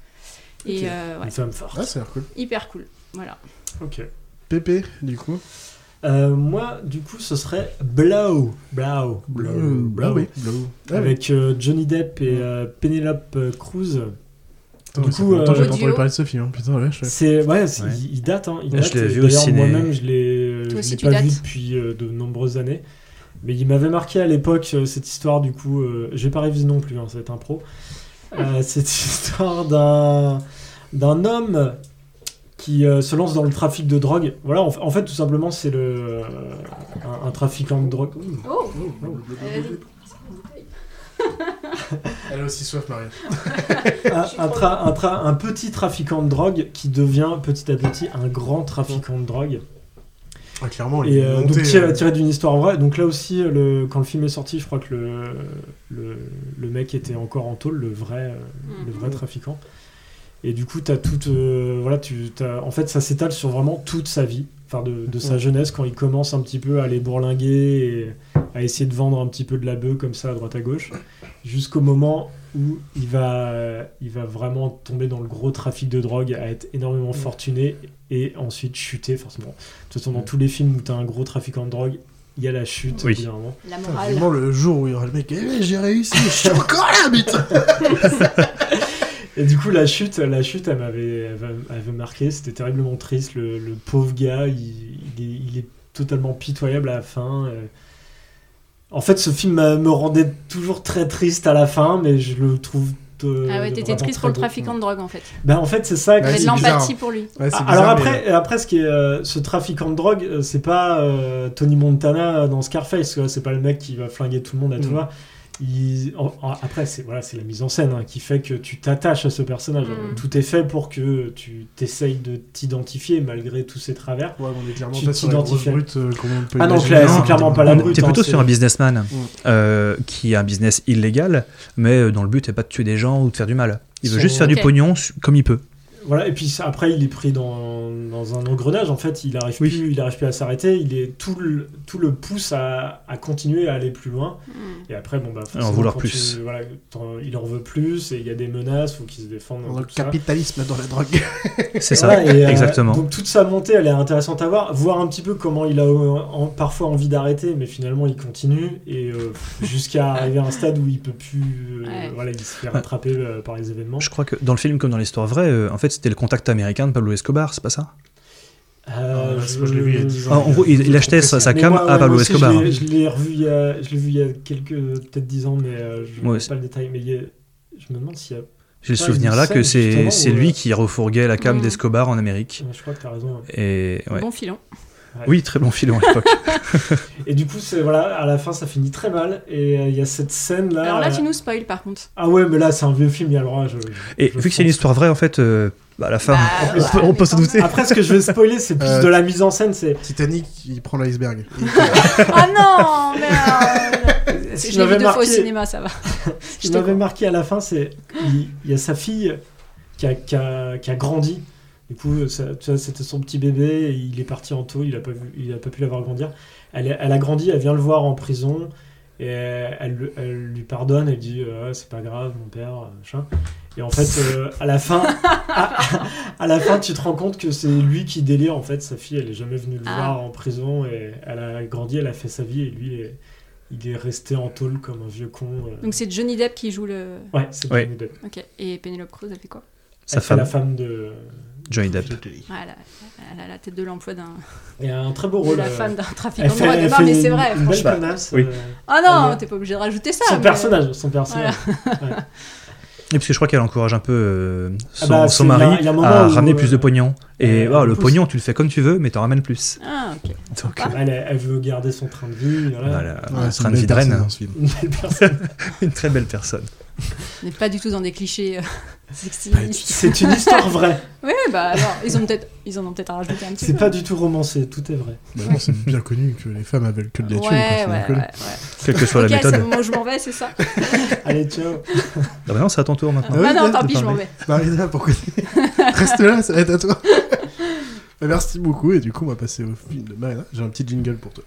Ok. Et euh, ouais. Une femme forte. Ah, ça a l'air cool. Hyper cool. Voilà. Ok. Pépé, du coup. Euh, moi, du coup, ce serait Blau. Blau. Blau. Ah oui, Blau. Ah oui. Avec euh, Johnny Depp et euh, Penelope euh, Cruz. Attends, mais ça fait longtemps que j'ai pas entendu parler de ce film, hein. putain, ouais, je- C'est ouais, c'est- Ouais. Il, il date. Hein, il Ouais, je date. l'ai vu au D'ailleurs, ciné. moi-même, je l'ai, Toi je aussi, l'ai tu pas dates. vu depuis euh, de nombreuses années. Mais il m'avait marqué à l'époque euh, cette histoire. Du coup, euh, j'ai pas révisé non plus hein, cette impro. Euh, cette histoire d'un d'un homme qui euh, se lance dans le trafic de drogue. Voilà, en, fa- en fait, tout simplement, c'est le euh, un, un trafiquant de drogue. Oh Ah, Elle a aussi soif, Marianne. un, un tra- un tra- un petit trafiquant de drogue qui devient petit à petit un grand trafiquant de drogue. Ah, clairement, il Et est euh, monté, donc tiré, euh, tiré d'une histoire vraie. Donc là aussi, euh, le, quand le film est sorti, je crois que le, le, le mec était encore en tôle, le vrai, euh, le vrai trafiquant. Et du coup, t'as toute, euh, voilà, tu, t'as- en fait, ça s'étale sur vraiment toute sa vie, enfin de, de sa Ouais. jeunesse quand il commence un petit peu à les bourlinguer et à essayer de vendre un petit peu de la bœuf comme ça à droite à gauche, jusqu'au moment où il va, il va vraiment tomber dans le gros trafic de drogue, à être Mm. énormément fortuné et ensuite chuter forcément. De toute façon, Mm. dans tous les films où t'as un gros trafiquant de drogue, il y a la chute. Oui. au bout d'un moment. La Putain, Vraiment, le jour où il y aura le mec, eh, mais j'ai réussi, je suis encore là, putain Et du coup, la chute, la chute, elle m'avait, elle m'a- elle m'avait marqué. C'était terriblement triste. Le, le pauvre gars, il, il est, il est totalement pitoyable à la fin. Euh, En fait, ce film m'a- me rendait toujours très triste à la fin, mais je le trouve. euh, Ah ouais, t'étais vraiment triste très pour le beau. trafiquant de drogue en fait. Ben, en fait, c'est ça. Bah, que- c'est T'as de bizarre. l'empathie pour lui. Ouais, c'est Ah, bizarre, Alors mais- après, après, ce qui est, euh, ce trafiquant de drogue, euh, c'est pas euh, Tony Montana dans Scarface, quoi. c'est pas le mec qui va flinguer tout le monde à tout Mm. va. Il- en- en- Après, c'est voilà, c'est la mise en scène hein, qui fait que tu t'attaches à ce personnage. Mm. Tout est fait pour que tu t'essayes de t'identifier malgré tous ses travers. euh, on est clairement Tu pas sur la grosse t'identifies. brute, euh, comme on peut Ah non, imaginer, cla- hein. c'est clairement pas la On brute. était hein, plutôt c'est- sur un businessman Mm. euh, qui a un business illégal, mais euh, dont le but n'est pas de tuer des gens ou de faire du mal. Il veut Son- juste faire Ok. du pognon su- comme il peut. Voilà, et puis ça- après, il est pris dans, dans un engrenage, en fait, il arrive, plus, il arrive plus à s'arrêter, il est tout le, tout le pousse à, à continuer à aller plus loin, et après, bon, bah, forcément, vouloir quand plus. tu- voilà, t'en- il en veut plus, et il y a des menaces, faut qu'il se défende. Dans le tout ça. capitalisme, dans la drogue. C'est ça, exactement. euh, Donc toute sa montée, elle est intéressante à voir, voir un petit peu comment il a euh, en- parfois envie d'arrêter, mais finalement il continue, et euh, jusqu'à arriver à un stade où il peut plus, euh, voilà, il se fait rattraper euh, par les événements. Je crois que dans le film comme dans l'histoire vraie, euh, en fait, c'était le contact américain de Pablo Escobar, c'est pas ça Euh, Ah, moi, je l'ai vu il y a dix ans. Ah, en gros, il- il achetait sa- sa Mais cam moi, à ouais, Pablo moi aussi, Escobar. hein. je l'ai- Je l'ai revu il y a, je l'ai vu il y a quelques, peut-être 10 ans, mais euh, je Moi ne aussi. sais pas le détail. Mais il y a- je me demande s'il y a. J'ai le pas souvenir une là scène, que c'est justement, c'est où, lui euh, qui refourguait la cam Mmh. d'Escobar en Amérique. Ouais, je crois que t'as raison, hein. ouais. Et, ouais. Bon filon. Oui, très bon filon à l'époque. Et du coup, c'est voilà, à la fin, ça finit très mal. Et euh, il y a cette scène là. Alors là, tu nous spoil par contre. Ah ouais, mais là, c'est un vieux film, il y a le droit. Je... Et vu que c'est une histoire vraie, en fait, euh, bah, à la fin, Bah, on peut- on peut se douter. Après, ce que je vais spoiler, c'est plus Euh, de la mise en scène. C'est Titanic, il prend l'iceberg. Ah non, merde Ce qui Je l'ai vu m'avait deux fois au marqué- cinéma, ça va. Ce qui m'avait marqué à la fin, c'est il, il y a sa fille qui a, qui a- qui a grandi. Du coup, ça- tu vois, c'était son petit bébé, et il est parti en taux, il n'a pas, vu- il a pas pu la voir grandir. Elle, a- elle a grandi, elle vient le voir en prison, et elle, le- elle lui pardonne, elle dit euh, C'est pas grave, mon père, euh, machin. Et en fait, euh, à, la fin, à, à la fin, tu te rends compte que c'est lui qui délire. En fait, sa fille, elle est jamais venue le Ah. voir en prison, et elle a grandi, elle a fait sa vie, et lui, est- il est resté en tôle comme un vieux con. euh. Donc c'est Johnny Depp qui joue le. Ouais, c'est Ouais. Johnny Depp. Ok. Et Penelope Cruz, elle fait quoi Sa Elle fait femme. la femme de. Johnny Depp. Ah, elle, a, elle a la tête de l'emploi d'un. Et un très beau de rôle. la euh, femme d'un trafiquant elle de drogue. fait- elle Non, fait mais c'est une- vrai, Une belle franchement. connasse. Oui. euh, Ah non, elle- t'es pas obligé de rajouter ça. Son mais- personnage, son personnage. Ouais. Et parce que je crois qu'elle encourage un peu euh, son, Ah bah, son c'est- il y a- il mari y a un moment à où, ramener euh, plus de pognon. Et elle voilà, le pousse. pognon, tu le fais comme tu veux, mais t'en ramènes plus. Ah, ok. Donc, euh, Elle, elle veut garder son train de vie. Voilà. Voilà, Ah, Ouais, un c'est train une belle de vie de personne reine. dans ce film. Une belle personne. hein. Une très belle personne. On n'est pas du tout dans des clichés euh, sexy. Pas du tout. C'est une histoire vraie. ouais, bah alors, ils, ont peut-être- ils en ont peut-être rajouté un petit peu. C'est pas du tout romancé, tout est vrai. Bah non, c'est bien connu que les femmes avaient que de la Ouais, thune. quoi, c'est ouais, bien connu. ouais, ouais. Quelle que soit la Ok, méthode. c'est le moment où je m'en vais, c'est ça Allez, ciao. Ah bah non, c'est à ton tour maintenant. Ah non, Marina, tant pis, t'as je m'en parlé. vais. Marina, pourquoi t'es- Reste là, ça va être à toi. Bah, Merci beaucoup, et du coup, on va passer au film de Marina. J'ai un petit jingle pour toi.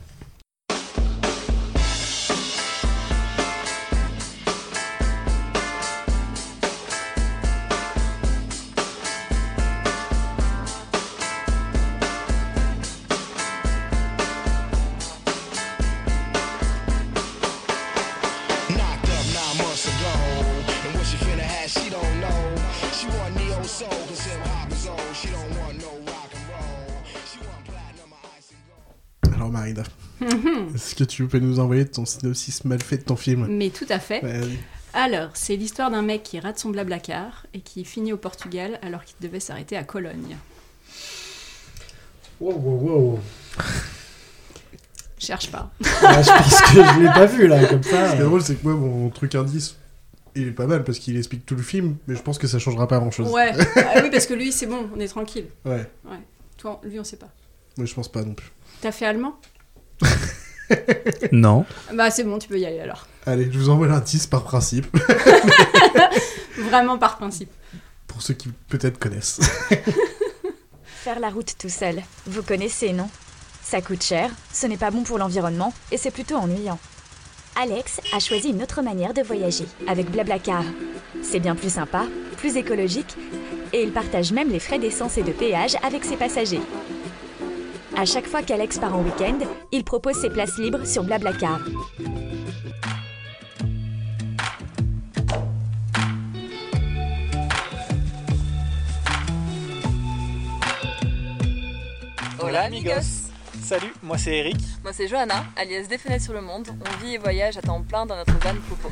Marina. Mhm. Est-ce que tu peux nous envoyer ton synopsis mal fait de ton film Euh, Mais tout à fait. Ouais, vas-y. Alors, c'est l'histoire d'un mec qui rate son blablacar et qui finit au Portugal alors qu'il devait s'arrêter à Cologne. Wow, wow, wow. Cherche pas. Ouais, je pense que je l'ai pas vu là, comme ça. Ce qui est drôle, c'est que moi, mon truc indice, il est pas mal parce qu'il explique tout le film, mais je pense que ça changera pas grand chose. Ouais, Ah oui, parce que lui, c'est bon, on est tranquille. Ouais. Toi, on- lui, on sait pas. mais je pense pas non plus. T'as fait allemand Ah Non. Bah, c'est bon, tu peux y aller alors. Allez, je vous envoie l'indice par principe, Vraiment par principe. pour ceux qui peut-être connaissent. Faire la route tout seul, vous connaissez, non Ça coûte cher, ce n'est pas bon pour l'environnement et c'est plutôt ennuyant. Alex a choisi une autre manière de voyager, avec Blablacar. C'est bien plus sympa, plus écologique, et il partage même les frais d'essence et de péage avec ses passagers. À chaque fois qu'Alex part en week-end, il propose ses places libres sur Blablacar. Hola, amigos. Salut, moi c'est Eric. Moi c'est Johanna, alias Défenée sur le monde. On vit et voyage à temps plein dans notre van Popo.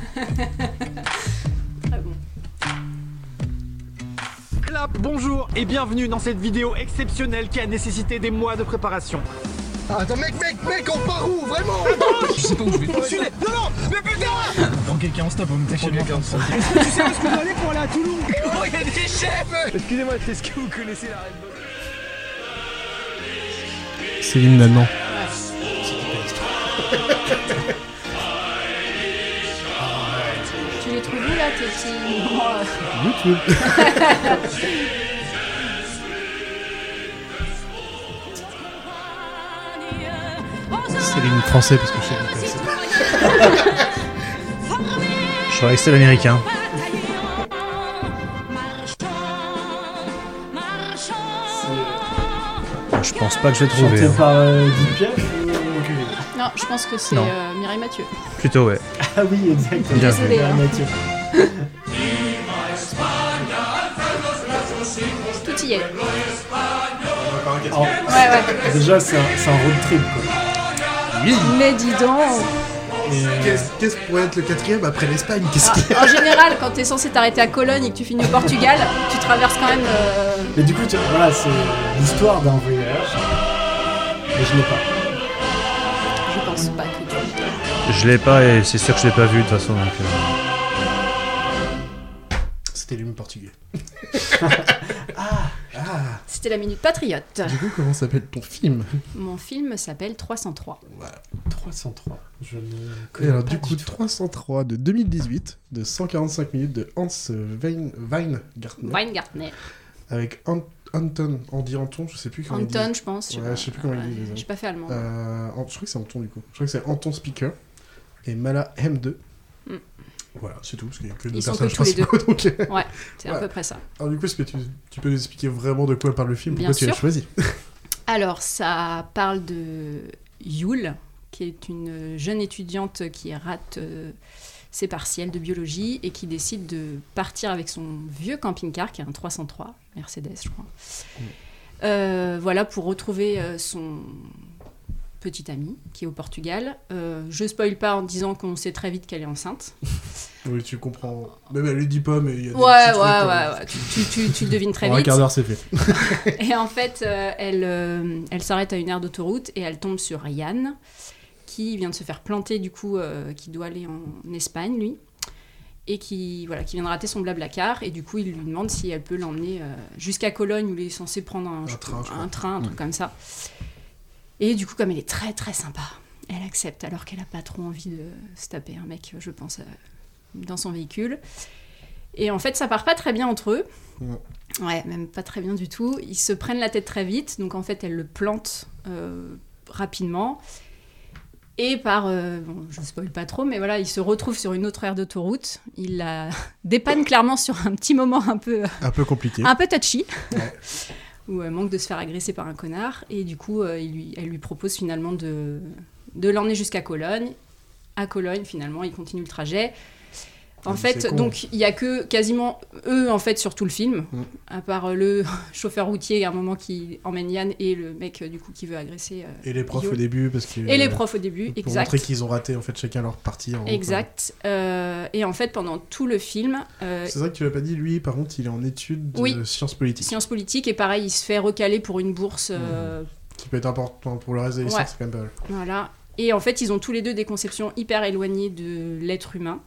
Clap, bonjour et bienvenue dans cette vidéo exceptionnelle qui a nécessité des mois de préparation. Ah, Attends, mec, mec, mec, on part où, vraiment Attends, je sais pas où je vais. Non, non, mais putain Prends quelqu'un en stop, on me tâche quelqu'un en stop. Tu sais où est-ce qu'on doit aller pour aller à Toulon Oh, il y a des chefs Excusez-moi, est-ce que vous connaissez la Red Bull Céline Nanan. Tu les trouves où là, tes petits moments, euh YouTube. Céline français, parce que je sais pas connaissez. Je suis resté l'américain. Je pense pas que je vais trouver. Chanté hein. par euh, Edith Piaf ou aucune idée Non, je pense que c'est Non. euh, Mireille Mathieu. Plutôt, ouais. Ah oui, exactement. Bien joué. hein. Mireille Mathieu. Tout y est. Alors, Ouais, ouais. Déjà, c'est un, c'est un road trip quoi. Mais dis donc Qu'est-ce qu'est-ce que pourrait être le quatrième après l'Espagne Qu'est-ce Ah, qu'il y a En général, quand t'es censé t'arrêter à Cologne et que tu finis au Portugal, tu traverses quand même. euh, Mais du coup, tu- voilà, c'est l'histoire d'un voyage. Mais je n'ai pas. Je pense pas que tu. Je l'ai pas et c'est sûr que je l'ai pas vu de toute façon. Donc, euh, C'était l'hume portugais. C'était la minute patriote. Du coup, comment s'appelle ton film Mon film s'appelle 303. 303. Je ne Et connais alors, pas du coup, 303 de 2018, de 145 minutes de Hans Wein- Weingartner. Weingartner. Avec An- Anton, Andy Anton, je sais plus comment il Anton, dit. je pense, je sais Ouais, pas. je sais plus comment il dit. Ouais, désolé. j'ai pas fait allemand. Euh, An- je crois que c'est Anton du coup. Je crois que c'est Anton Speaker et Mala M2. Mm. Voilà, c'est tout, parce qu'il n'y a que deux Ils sont que personnages tous les deux. principaux. Donc... Ouais, c'est à Ouais. peu près ça. Alors, du coup, est-ce que tu, tu peux nous expliquer vraiment de quoi parle le film Bien Pourquoi tu l'as sûr. choisi Alors, ça parle de Yule, qui est une jeune étudiante qui rate euh, ses partiels de biologie et qui décide de partir avec son vieux camping-car, qui est un 303, Mercedes, je crois. Mm. Euh, voilà, pour retrouver euh, son petit ami qui est au Portugal. Euh, je spoil pas en disant qu'on sait très vite qu'elle est enceinte. Oui, tu comprends. Même elle le dit pas, mais il y a Ouais, des ouais, petits trucs, ouais, euh, ouais. Tu, tu- tu- tu le devines très En un vite. quart d'heure, c'est Ah, fait. et en fait, euh, elle, euh, elle s'arrête à une aire d'autoroute et elle tombe sur Yann, qui vient de se faire planter, du coup, euh, qui doit aller en Espagne, lui, et qui, voilà, qui vient de rater son blablacar. Et du coup, il lui demande si elle peut l'emmener euh, jusqu'à Cologne, où il est censé prendre un, je- un train, un, truc comme ça. Et du coup, comme elle est très, très sympa, elle accepte, alors qu'elle n'a pas trop envie de se taper un mec, je pense, euh, dans son véhicule. Et en fait, ça part pas très bien entre eux. Ouais. Ouais, même pas très bien du tout. Ils se prennent la tête très vite, donc en fait, elle le plante euh, rapidement. Et par, euh, bon, je ne spoil pas trop, mais voilà, il se retrouve sur une autre aire d'autoroute. Il la dépanne clairement sur un petit moment un peu, Un peu compliqué. un peu touchy, où elle manque de se faire agresser par un connard. Et du coup, euh, il lui- elle lui propose finalement de, de l'emmener jusqu'à Cologne. À Cologne, finalement, il continue le trajet. En Mais Ah, c'est fait, con. donc il y a que quasiment eux en fait sur tout le film, Mm. à part euh, le chauffeur routier à un moment qui emmène Yann et le mec euh, du coup qui veut agresser. euh, Et les profs Yo. au début, parce que. Et les profs au début, Euh, pour exact. montrer qu'ils ont raté en fait chacun leur partie. en gros, Exact. Euh, et en fait, pendant tout le film, euh, quoi. C'est vrai que tu l'as pas dit, lui, par contre, il est en études de Oui. sciences politiques. sciences politiques et pareil, il se fait recaler pour une Mm. bourse. euh, Qui peut être important pour le reste de l'histoire, Ouais. c'est quand même pas mal. Voilà. Et en fait, ils ont tous les deux des conceptions hyper éloignées de l'être humain.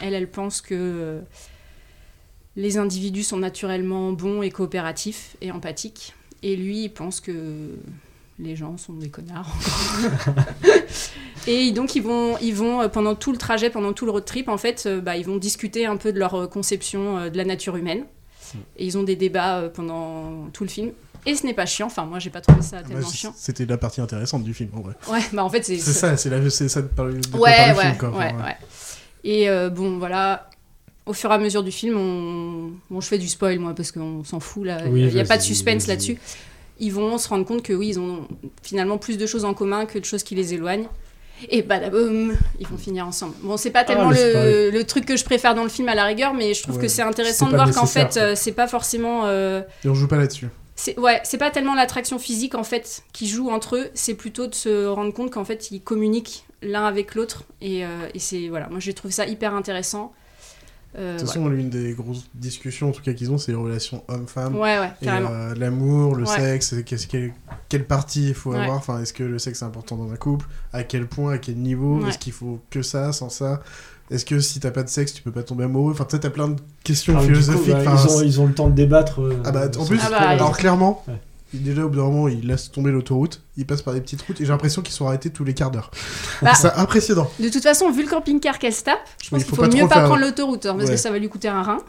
Elle, elle pense que euh, les individus sont naturellement bons et coopératifs et empathiques. Et lui, il pense que les gens sont des connards. et donc, ils vont, ils vont, euh, pendant tout le trajet, pendant tout le road trip, en fait, euh, bah, ils vont discuter un peu de leur euh, conception euh, de la nature humaine. Et ils ont des débats euh, pendant tout le film. Et ce n'est pas chiant. Enfin, Ah, moi, j'ai pas trouvé ça tellement Ouais, chiant. Ah, bah, C'était la partie intéressante du film, en vrai. Ouais, bah en fait, c'est- C'est ça, c'est la- c'est ça de parler de quoi Ouais, parle le ouais, film, quoi. ouais, Enfin, ouais. Et euh, bon, voilà. Au fur et à mesure du film, on... bon, je fais du spoil, moi, parce qu'on s'en fout, là. Oui, Il n'y a pas de vas-y, suspense vas-y. là-dessus. Ils vont se rendre compte que, oui, ils ont finalement plus de choses en commun que de choses qui les éloignent. Et badaboum, ils vont finir ensemble. Bon, c'est Ah, pas tellement le le, spoil. le truc que je préfère dans le film à la rigueur, mais je trouve Ouais, que c'est intéressant de c'était pas voir qu'en nécessaire, fait, euh, c'est pas forcément. euh, Et on joue pas là-dessus. c'est- ouais, c'est pas tellement l'attraction physique en fait qui joue entre eux, c'est plutôt de se rendre compte qu'en fait ils communiquent l'un avec l'autre et, euh, et c'est voilà, moi j'ai trouvé ça hyper intéressant. Euh, De toute façon, l'une des grosses discussions en tout cas qu'ils ont, c'est les relations homme-femme. Ouais, ouais, Et, carrément. euh, L'amour, le Ouais. sexe, qu'est-ce quelle, quelle partie il faut Ouais. avoir. Enfin, est-ce que le sexe est important dans un couple À quel point À quel niveau Ouais. Est-ce qu'il faut que ça, sans ça Est-ce que si t'as pas de sexe, tu peux pas tomber amoureux Enfin, peut-être t'as plein de questions Ah, mais du coup, philosophiques. bah, enfin, ils, ont, c'est- ils ont le temps de débattre. euh, Ah bah, en sans- plus, Ah bah, alors ils- clairement, Ouais. il- déjà au bout d'un moment, il laisse tomber l'autoroute, il passe par des petites routes, et j'ai l'impression qu'ils sont arrêtés tous les quarts d'heure. Bah. c'est impressionnant. De toute façon, vu le camping-car qu'elle se tape, je pense Oui, qu'il euh, faut pas faut mieux trop pas faire- prendre l'autoroute hein, parce Ouais. que ça va lui coûter un rein.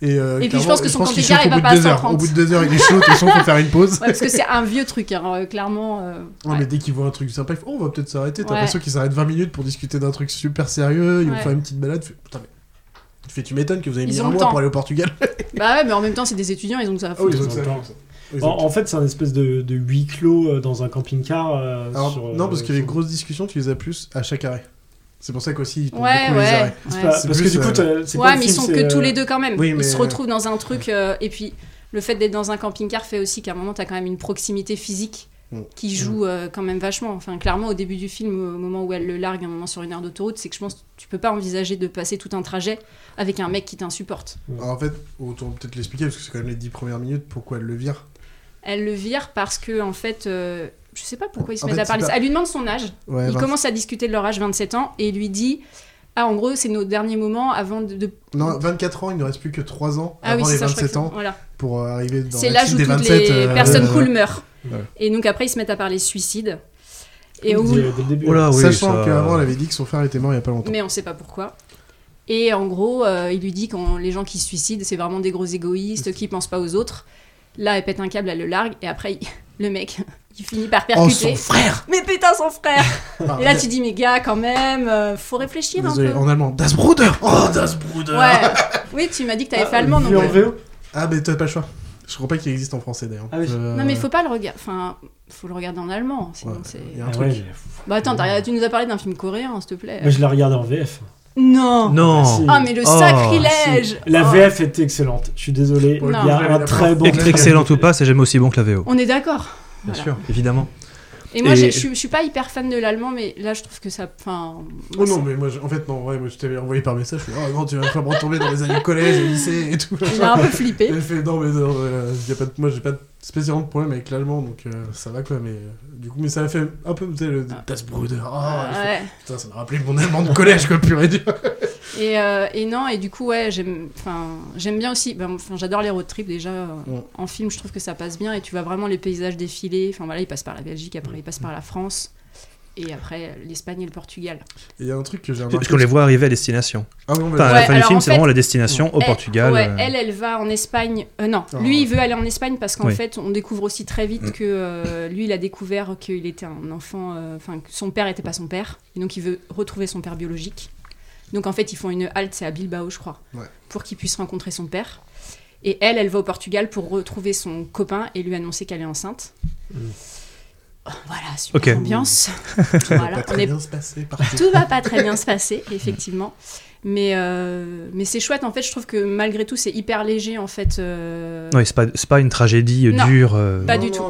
Et, euh, Et puis je clairement, pense que son qu'il camping-car chauffe au il bout va de pas à deux heures. 130. Au bout de deux heures, il est chaud, de toute façon, faut faire une pause. Ouais, parce que c'est un vieux truc, hein, euh, clairement. euh, Non, mais dès qu'ils voient un truc sympa, ils font, oh, on va peut-être s'arrêter. T'as Ouais. l'impression qu'ils s'arrêtent 20 minutes pour discuter d'un truc super sérieux, ils vont Ouais. faire une petite balade. tu fais, Putain, mais tu fais, tu m'étonnes que vous avez Ils mis ont un le mois temps. pour aller au Portugal. Bah ouais, mais en même temps, c'est des étudiants, ils ont que ça à Ah oui, foutre. ils ont que ça à Attends. foutre. Ils ont En, en fait, c'est un espèce de, de huis clos euh, dans un camping-car. euh, Alors, sur, euh, non, parce que les sur- grosses discussions, tu les as plus à chaque arrêt. C'est pour ça qu'aussi, ils tombent Ouais, beaucoup ouais, les arrêts. ouais. Bah, Parce que du euh, coup, t'as- c'est euh, ouais, mais ils sont que tous les deux quand même. Oui, mais... Ils se retrouvent dans un truc. euh, et puis, le fait d'être dans un camping-car fait aussi qu'à un moment, tu as quand même une proximité physique Mm. qui joue euh, quand même vachement. Enfin, clairement, au début du film, au moment où elle le largue, un moment sur une aire d'autoroute, c'est que je pense que tu peux pas envisager de passer tout un trajet avec un mec qui t'insupporte. Alors, en fait, autant peut-être l'expliquer, parce que c'est quand même les 10 premières minutes, pourquoi elle le vire. Elle le vire parce que, en fait, euh, je sais pas pourquoi ils se En mettent fait, à parler. c'est pas- Elle lui demande son âge. Ouais, il vingt- commence à discuter de leur âge, 27 ans, et il lui dit Ah, en gros, c'est nos derniers moments avant de. de- Non, 24 ans, il ne reste plus que 3 ans Ah oui, avant c'est les ça, je crois 27 que ans c'est- voilà. pour euh, arriver dans C'est la l'âge team où des toutes 27. les euh, personnes euh, cool meurent. ouais. Et donc après, ils se mettent à parler suicide. Et On où- dit, euh, dès le début, Oula, Oh oui, Sachant ça- qu'avant, elle avait dit que son frère était mort il n'y a pas longtemps. Mais on sait pas pourquoi. Et en gros, euh, il lui dit quand les gens qui se suicident, c'est vraiment des gros égoïstes qui pensent pas aux autres. Là, elle pète un câble, elle le largue, et après, il- le mec, il finit par Oh, percuter. son frère Mais putain, son frère Ah, Et là, tu dis, mais gars, quand même, euh, faut réfléchir Désolé, un peu. en allemand. Das Bruder Oh, das Bruder Ouais. Oui, tu m'as dit que t'avais fait Ah, allemand, donc. Ouais. Ah, mais t'as pas le choix. Je crois pas qu'il existe en français d'ailleurs. Euh, Non, mais faut pas le regarder. Enfin, faut le regarder en allemand, sinon Ouais, c'est. y a un Ah truc. ouais, j'ai- Bah attends, t'as- tu nous as parlé d'un film coréen, s'il te plaît. Mais je la regarde en VF. Non. Non. si. Ah, mais le Oh, sacrilège Si. La Oh. VF était excellente, je suis désolé. Non. Il y a un très bon. Ex- Excellent ou pas, c'est jamais aussi bon que la VO. On est d'accord. Bien Voilà. sûr, évidemment. Et moi, j'ai- je suis- je suis pas hyper fan de l'allemand, mais là, je trouve que ça. Enfin. Oh non, mais moi, je- en fait, non, ouais, moi, je t'avais envoyé par message. Je fais, oh non, tu vas pas me retomber dans les années collège, lycée et tout. Il a un peu flippé. Elle fait, non, mais non, euh, y a pas de- moi, j'ai pas de- spécialement de problème avec l'allemand, donc euh, ça va quoi, mais euh, du coup, mais ça a fait un peu, tu sais, le Das Bruder. Oh, je fais, Ah. Ouais. Putain, ça m'a rappelé mon allemand de collège, quoi, pur et dur. Et, euh, et non, et du coup, ouais, j'aime enfin, j'aime bien aussi. ben, Enfin, j'adore les road trips déjà. euh, Ouais. En film, je trouve que ça passe bien et tu vois vraiment les paysages défiler. Enfin, voilà, il passe par la Belgique, après, il passe par la France. Et après, l'Espagne et le Portugal. Il y a un truc que j'ai remarqué. Parce qu'on les voit arriver à destination. Ah oui, on va- Enfin, à Ouais, la fin du alors, film, en c'est fait, vraiment la destination au elle- Portugal. ouais, euh, Elle, elle va en Espagne. euh, non, Ah. lui, il veut aller en Espagne parce qu'en Oui. Mm. fait, on découvre aussi très vite que euh, lui, il a découvert qu'il était un enfant. euh, Enfin, que son père n'était pas son père. Et donc, il veut retrouver son père biologique. Donc, en fait, ils font une halte, c'est à Bilbao, je crois, Ouais. pour qu'il puisse rencontrer son père. Mm. Et elle, elle va au Portugal pour retrouver son copain et lui annoncer qu'elle est enceinte. Voilà, super Ok. ambiance. Tout va pas très bien se passer partout. Tout va pas très bien se passer, effectivement. Mais, euh, mais c'est chouette, en fait, je trouve que malgré tout, c'est hyper léger, en fait. euh, Non, et c'est pas, c'est pas une tragédie euh, Non, dure. euh, Pas du tout.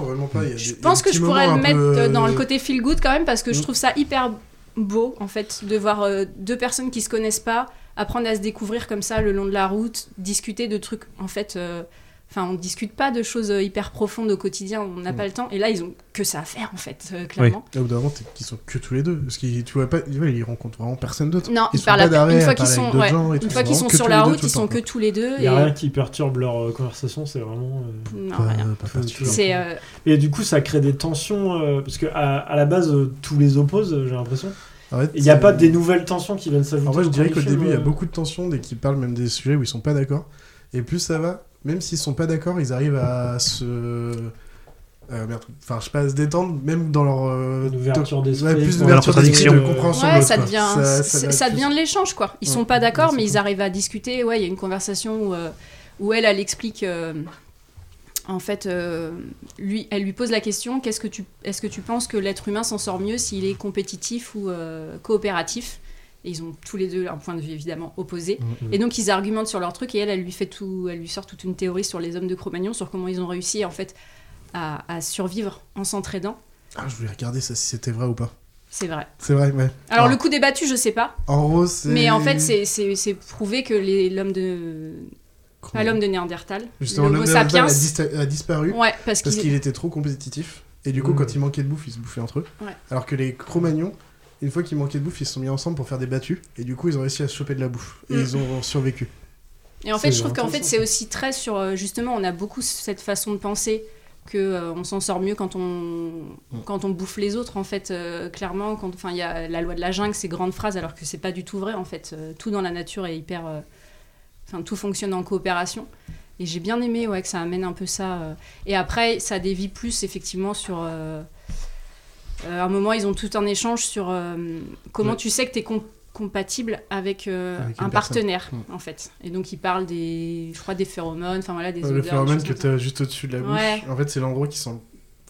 je pense que je pourrais le mettre euh, dans le côté feel good quand même parce que je Mm. trouve ça hyper beau en fait de voir euh, deux personnes qui se connaissent pas apprendre à se découvrir comme ça le long de la route, discuter de trucs en fait. euh, Enfin, on discute pas de choses euh, hyper profondes au quotidien, on n'a Mm. pas le temps. Et là, ils ont que ça à faire en fait, euh, clairement. Là, au bout d'un moment, t'es- qu'ils sont que tous les deux. Parce qu'ils tu vois pas, ouais, ils rencontrent vraiment personne d'autre. Non, ils ils sont parlent pas à- d'arrêt une à fois qu'ils parler sont, avec d'autres ouais, gens et une tout, fois c'est qu'ils vraiment sont que sur tous la les deux route, tout ils le sont temps, que quoi. tous les deux. Il n'y a et- rien qui perturbe leur euh, conversation, c'est vraiment. euh, Non, Pas- rien. pas particulièrement. C'est, euh, Et du coup, ça crée des tensions, euh, parce que à, à la base, euh, tous les opposent, euh, j'ai l'impression. En fait, Il n'y a c'est- pas des nouvelles tensions qui viennent s'ajouter. En vrai, je au dirais qu'au cours du film, début, il y a euh. beaucoup de tensions dès qu'ils parlent même des sujets où ils sont pas d'accord. Et plus ça va, même s'ils sont pas d'accord, ils arrivent à se. euh, merde. Enfin, je sais pas, à se détendre, même dans leur. euh, ouverture to- d'esprit, Ouais, plus quoi. d'ouverture Dans leur d'esprit, de contradiction. compréhension. de Ouais, l'autre, ça quoi. devient, c'est- ça, va devient de l'échange, quoi. Ils sont pas d'accord, mais ils arrivent à discuter. Ouais, il y a une conversation où, euh, où elle, elle explique. euh, en fait, euh, lui, elle lui pose la question qu'est-ce que tu, est-ce que tu penses que l'être humain s'en sort mieux s'il est compétitif ou euh, coopératif Et ils ont tous les deux un point de vue évidemment opposé. Mmh, Mhm. Et donc ils argumentent sur leur truc et elle, elle lui fait tout, elle lui sort toute une théorie sur les hommes de Cro-Magnon, sur comment ils ont réussi en fait à, à survivre en s'entraidant. Ah, je voulais regarder ça si c'était vrai ou pas. C'est vrai. C'est vrai, ouais. Ah, Alors le coup débattu, je sais pas. En gros, c'est. Mais en fait, c'est- c'est c'est prouvé que les- l'homme de. Pas l'homme de Néandertal. Justement, le l'homme Homo de la Val sapiens. a, dista- a disparu Ouais, parce qu'il... qu'il- était trop compétitif. Et du coup, Mm. quand il manquait de bouffe, ils se bouffaient entre eux. Ouais. Alors que les Cro-Magnons, une fois qu'ils manquaient de bouffe, ils se sont mis ensemble pour faire des battues. Et du coup, ils ont réussi à se choper de la bouffe. Et Mm. ils ont survécu. Et en fait, C'est je trouve qu'en fait, intéressant, c'est aussi très sur. euh, Justement, on a beaucoup cette façon de penser que euh, on s'en sort mieux quand on quand on bouffe les autres en fait euh, clairement quand enfin il y a la loi de la jungle ces grandes phrases alors que c'est pas du tout vrai en fait Euh, tout dans la nature est hyper euh, enfin tout fonctionne en coopération et j'ai bien aimé ouais que ça amène un peu ça euh. et après ça dévie plus effectivement sur euh, euh, à un moment ils ont tout un échange sur euh, comment Ouais. tu sais que tu es compatible avec, euh, Avec une personne. un partenaire Mm. en fait et donc ils parlent des je crois des phéromones enfin voilà des Euh, odeurs le des phéromone choses que comme ça. t'as juste au-dessus de la bouche. Ouais. En fait, c'est l'endroit qui sent.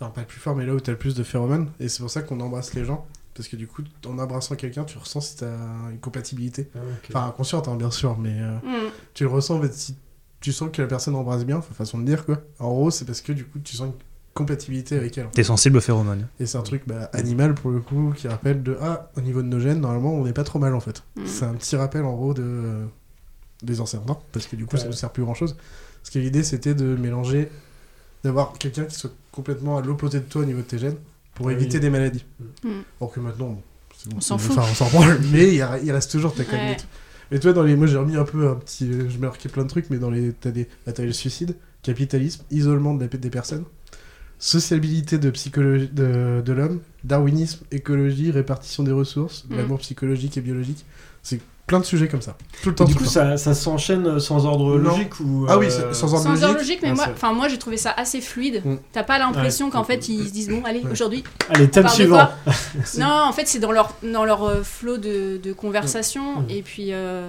Enfin, pas le plus fort, mais là où t'as le plus de phéromones. Et c'est pour ça qu'on embrasse les gens. Parce que du coup, en abrassant quelqu'un, tu ressens si t'as une compatibilité. Enfin, inconsciente, hein, bien sûr, mais euh, Mm. tu le ressens en fait, si tu sens que la personne embrasse bien, enfin, façon de dire quoi. En gros, c'est parce que du coup, tu sens une compatibilité avec elle. en T'es fait. sensible aux phéromones. Et c'est un truc bah, animal pour le coup qui rappelle de ah au niveau de nos gènes normalement on n'est pas trop mal en fait. Mm. C'est un petit rappel en gros de euh, des anciens non, parce que du coup ça Ouais. nous sert plus grand chose. Parce que l'idée c'était de mélanger d'avoir quelqu'un qui soit complètement à l'opposé de toi au niveau de tes gènes pour Ah oui. éviter des maladies. Mm. Or que maintenant bon, c'est bon, On c'est- s'en fout. enfin, on s'en branle, mais il, y a- il reste toujours ta Ouais. connerie. Mais toi dans les moi j'ai remis un peu un petit euh, je me marquais plein de trucs mais dans les t'as des bah, t'as le suicide, capitalisme, isolement de la des personnes sociabilité de, psychologie, de, de l'homme, darwinisme, écologie, répartition des ressources, Mhm. l'amour psychologique et biologique. C'est plein de sujets comme ça. Tout le temps. Et Du tout coup, le temps. ça, ça s'enchaîne euh, sans ordre Non. logique ou. Ah oui, euh, sans ordre sans ordre logique mais Ah, moi c'est- enfin moi j'ai trouvé ça assez fluide Mm. t'as pas l'impression Ouais. qu'en fait ils se disent bon allez Ouais. aujourd'hui Allez, on thème parle de suivant. quoi C'est- non en fait c'est dans leur dans leur euh, flot de, de conversation Mm. et puis euh,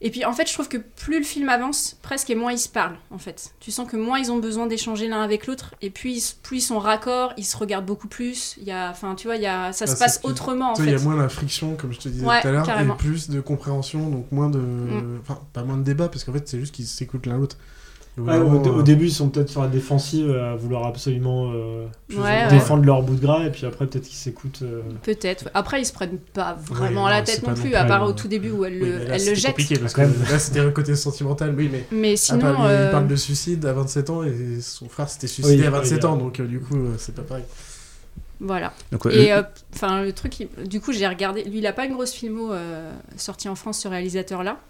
et puis en fait je trouve que plus le film avance presque et moins ils se parlent en fait tu sens que moins ils ont besoin d'échanger l'un avec l'autre et puis ils, se- plus ils sont raccords ils se regardent beaucoup plus il y a enfin tu vois il y a Ah, ça se c'est passe ce qui- autrement en Tu vois, Il fait y a moins la friction, comme je te disais Ouais, tout à l'heure, carrément. et plus de compréhension, donc moins de. Mm. Enfin, pas moins de débat, parce qu'en fait, c'est juste qu'ils s'écoutent l'un l'autre. Et au bout Ouais, d'un au, moment, au euh, début, ils sont peut-être sur la défensive euh, à vouloir absolument euh, Ouais, ouais. défendre leur bout de gras, et puis après, peut-être qu'ils s'écoutent. euh, Peut-être. Après, ils se prennent pas vraiment Ouais, la non, tête c'est non pas plus, non à plus, part au euh, tout début où elle oui, mais le, là, elle le c'était jette. compliqué, parce que là, c'était le côté sentimental, oui, mais. Mais à sinon, part lui, euh, Il parle de suicide à 27 ans, et son frère s'était suicidé Oui, à 27 oui, ans, euh, donc euh, du coup, euh, c'est pas pareil. Voilà. Donc, ouais, et Bah, le- euh, enfin le truc, il- du coup, j'ai regardé. Lui, il a pas une grosse filmo euh, sortie en France, ce réalisateur-là.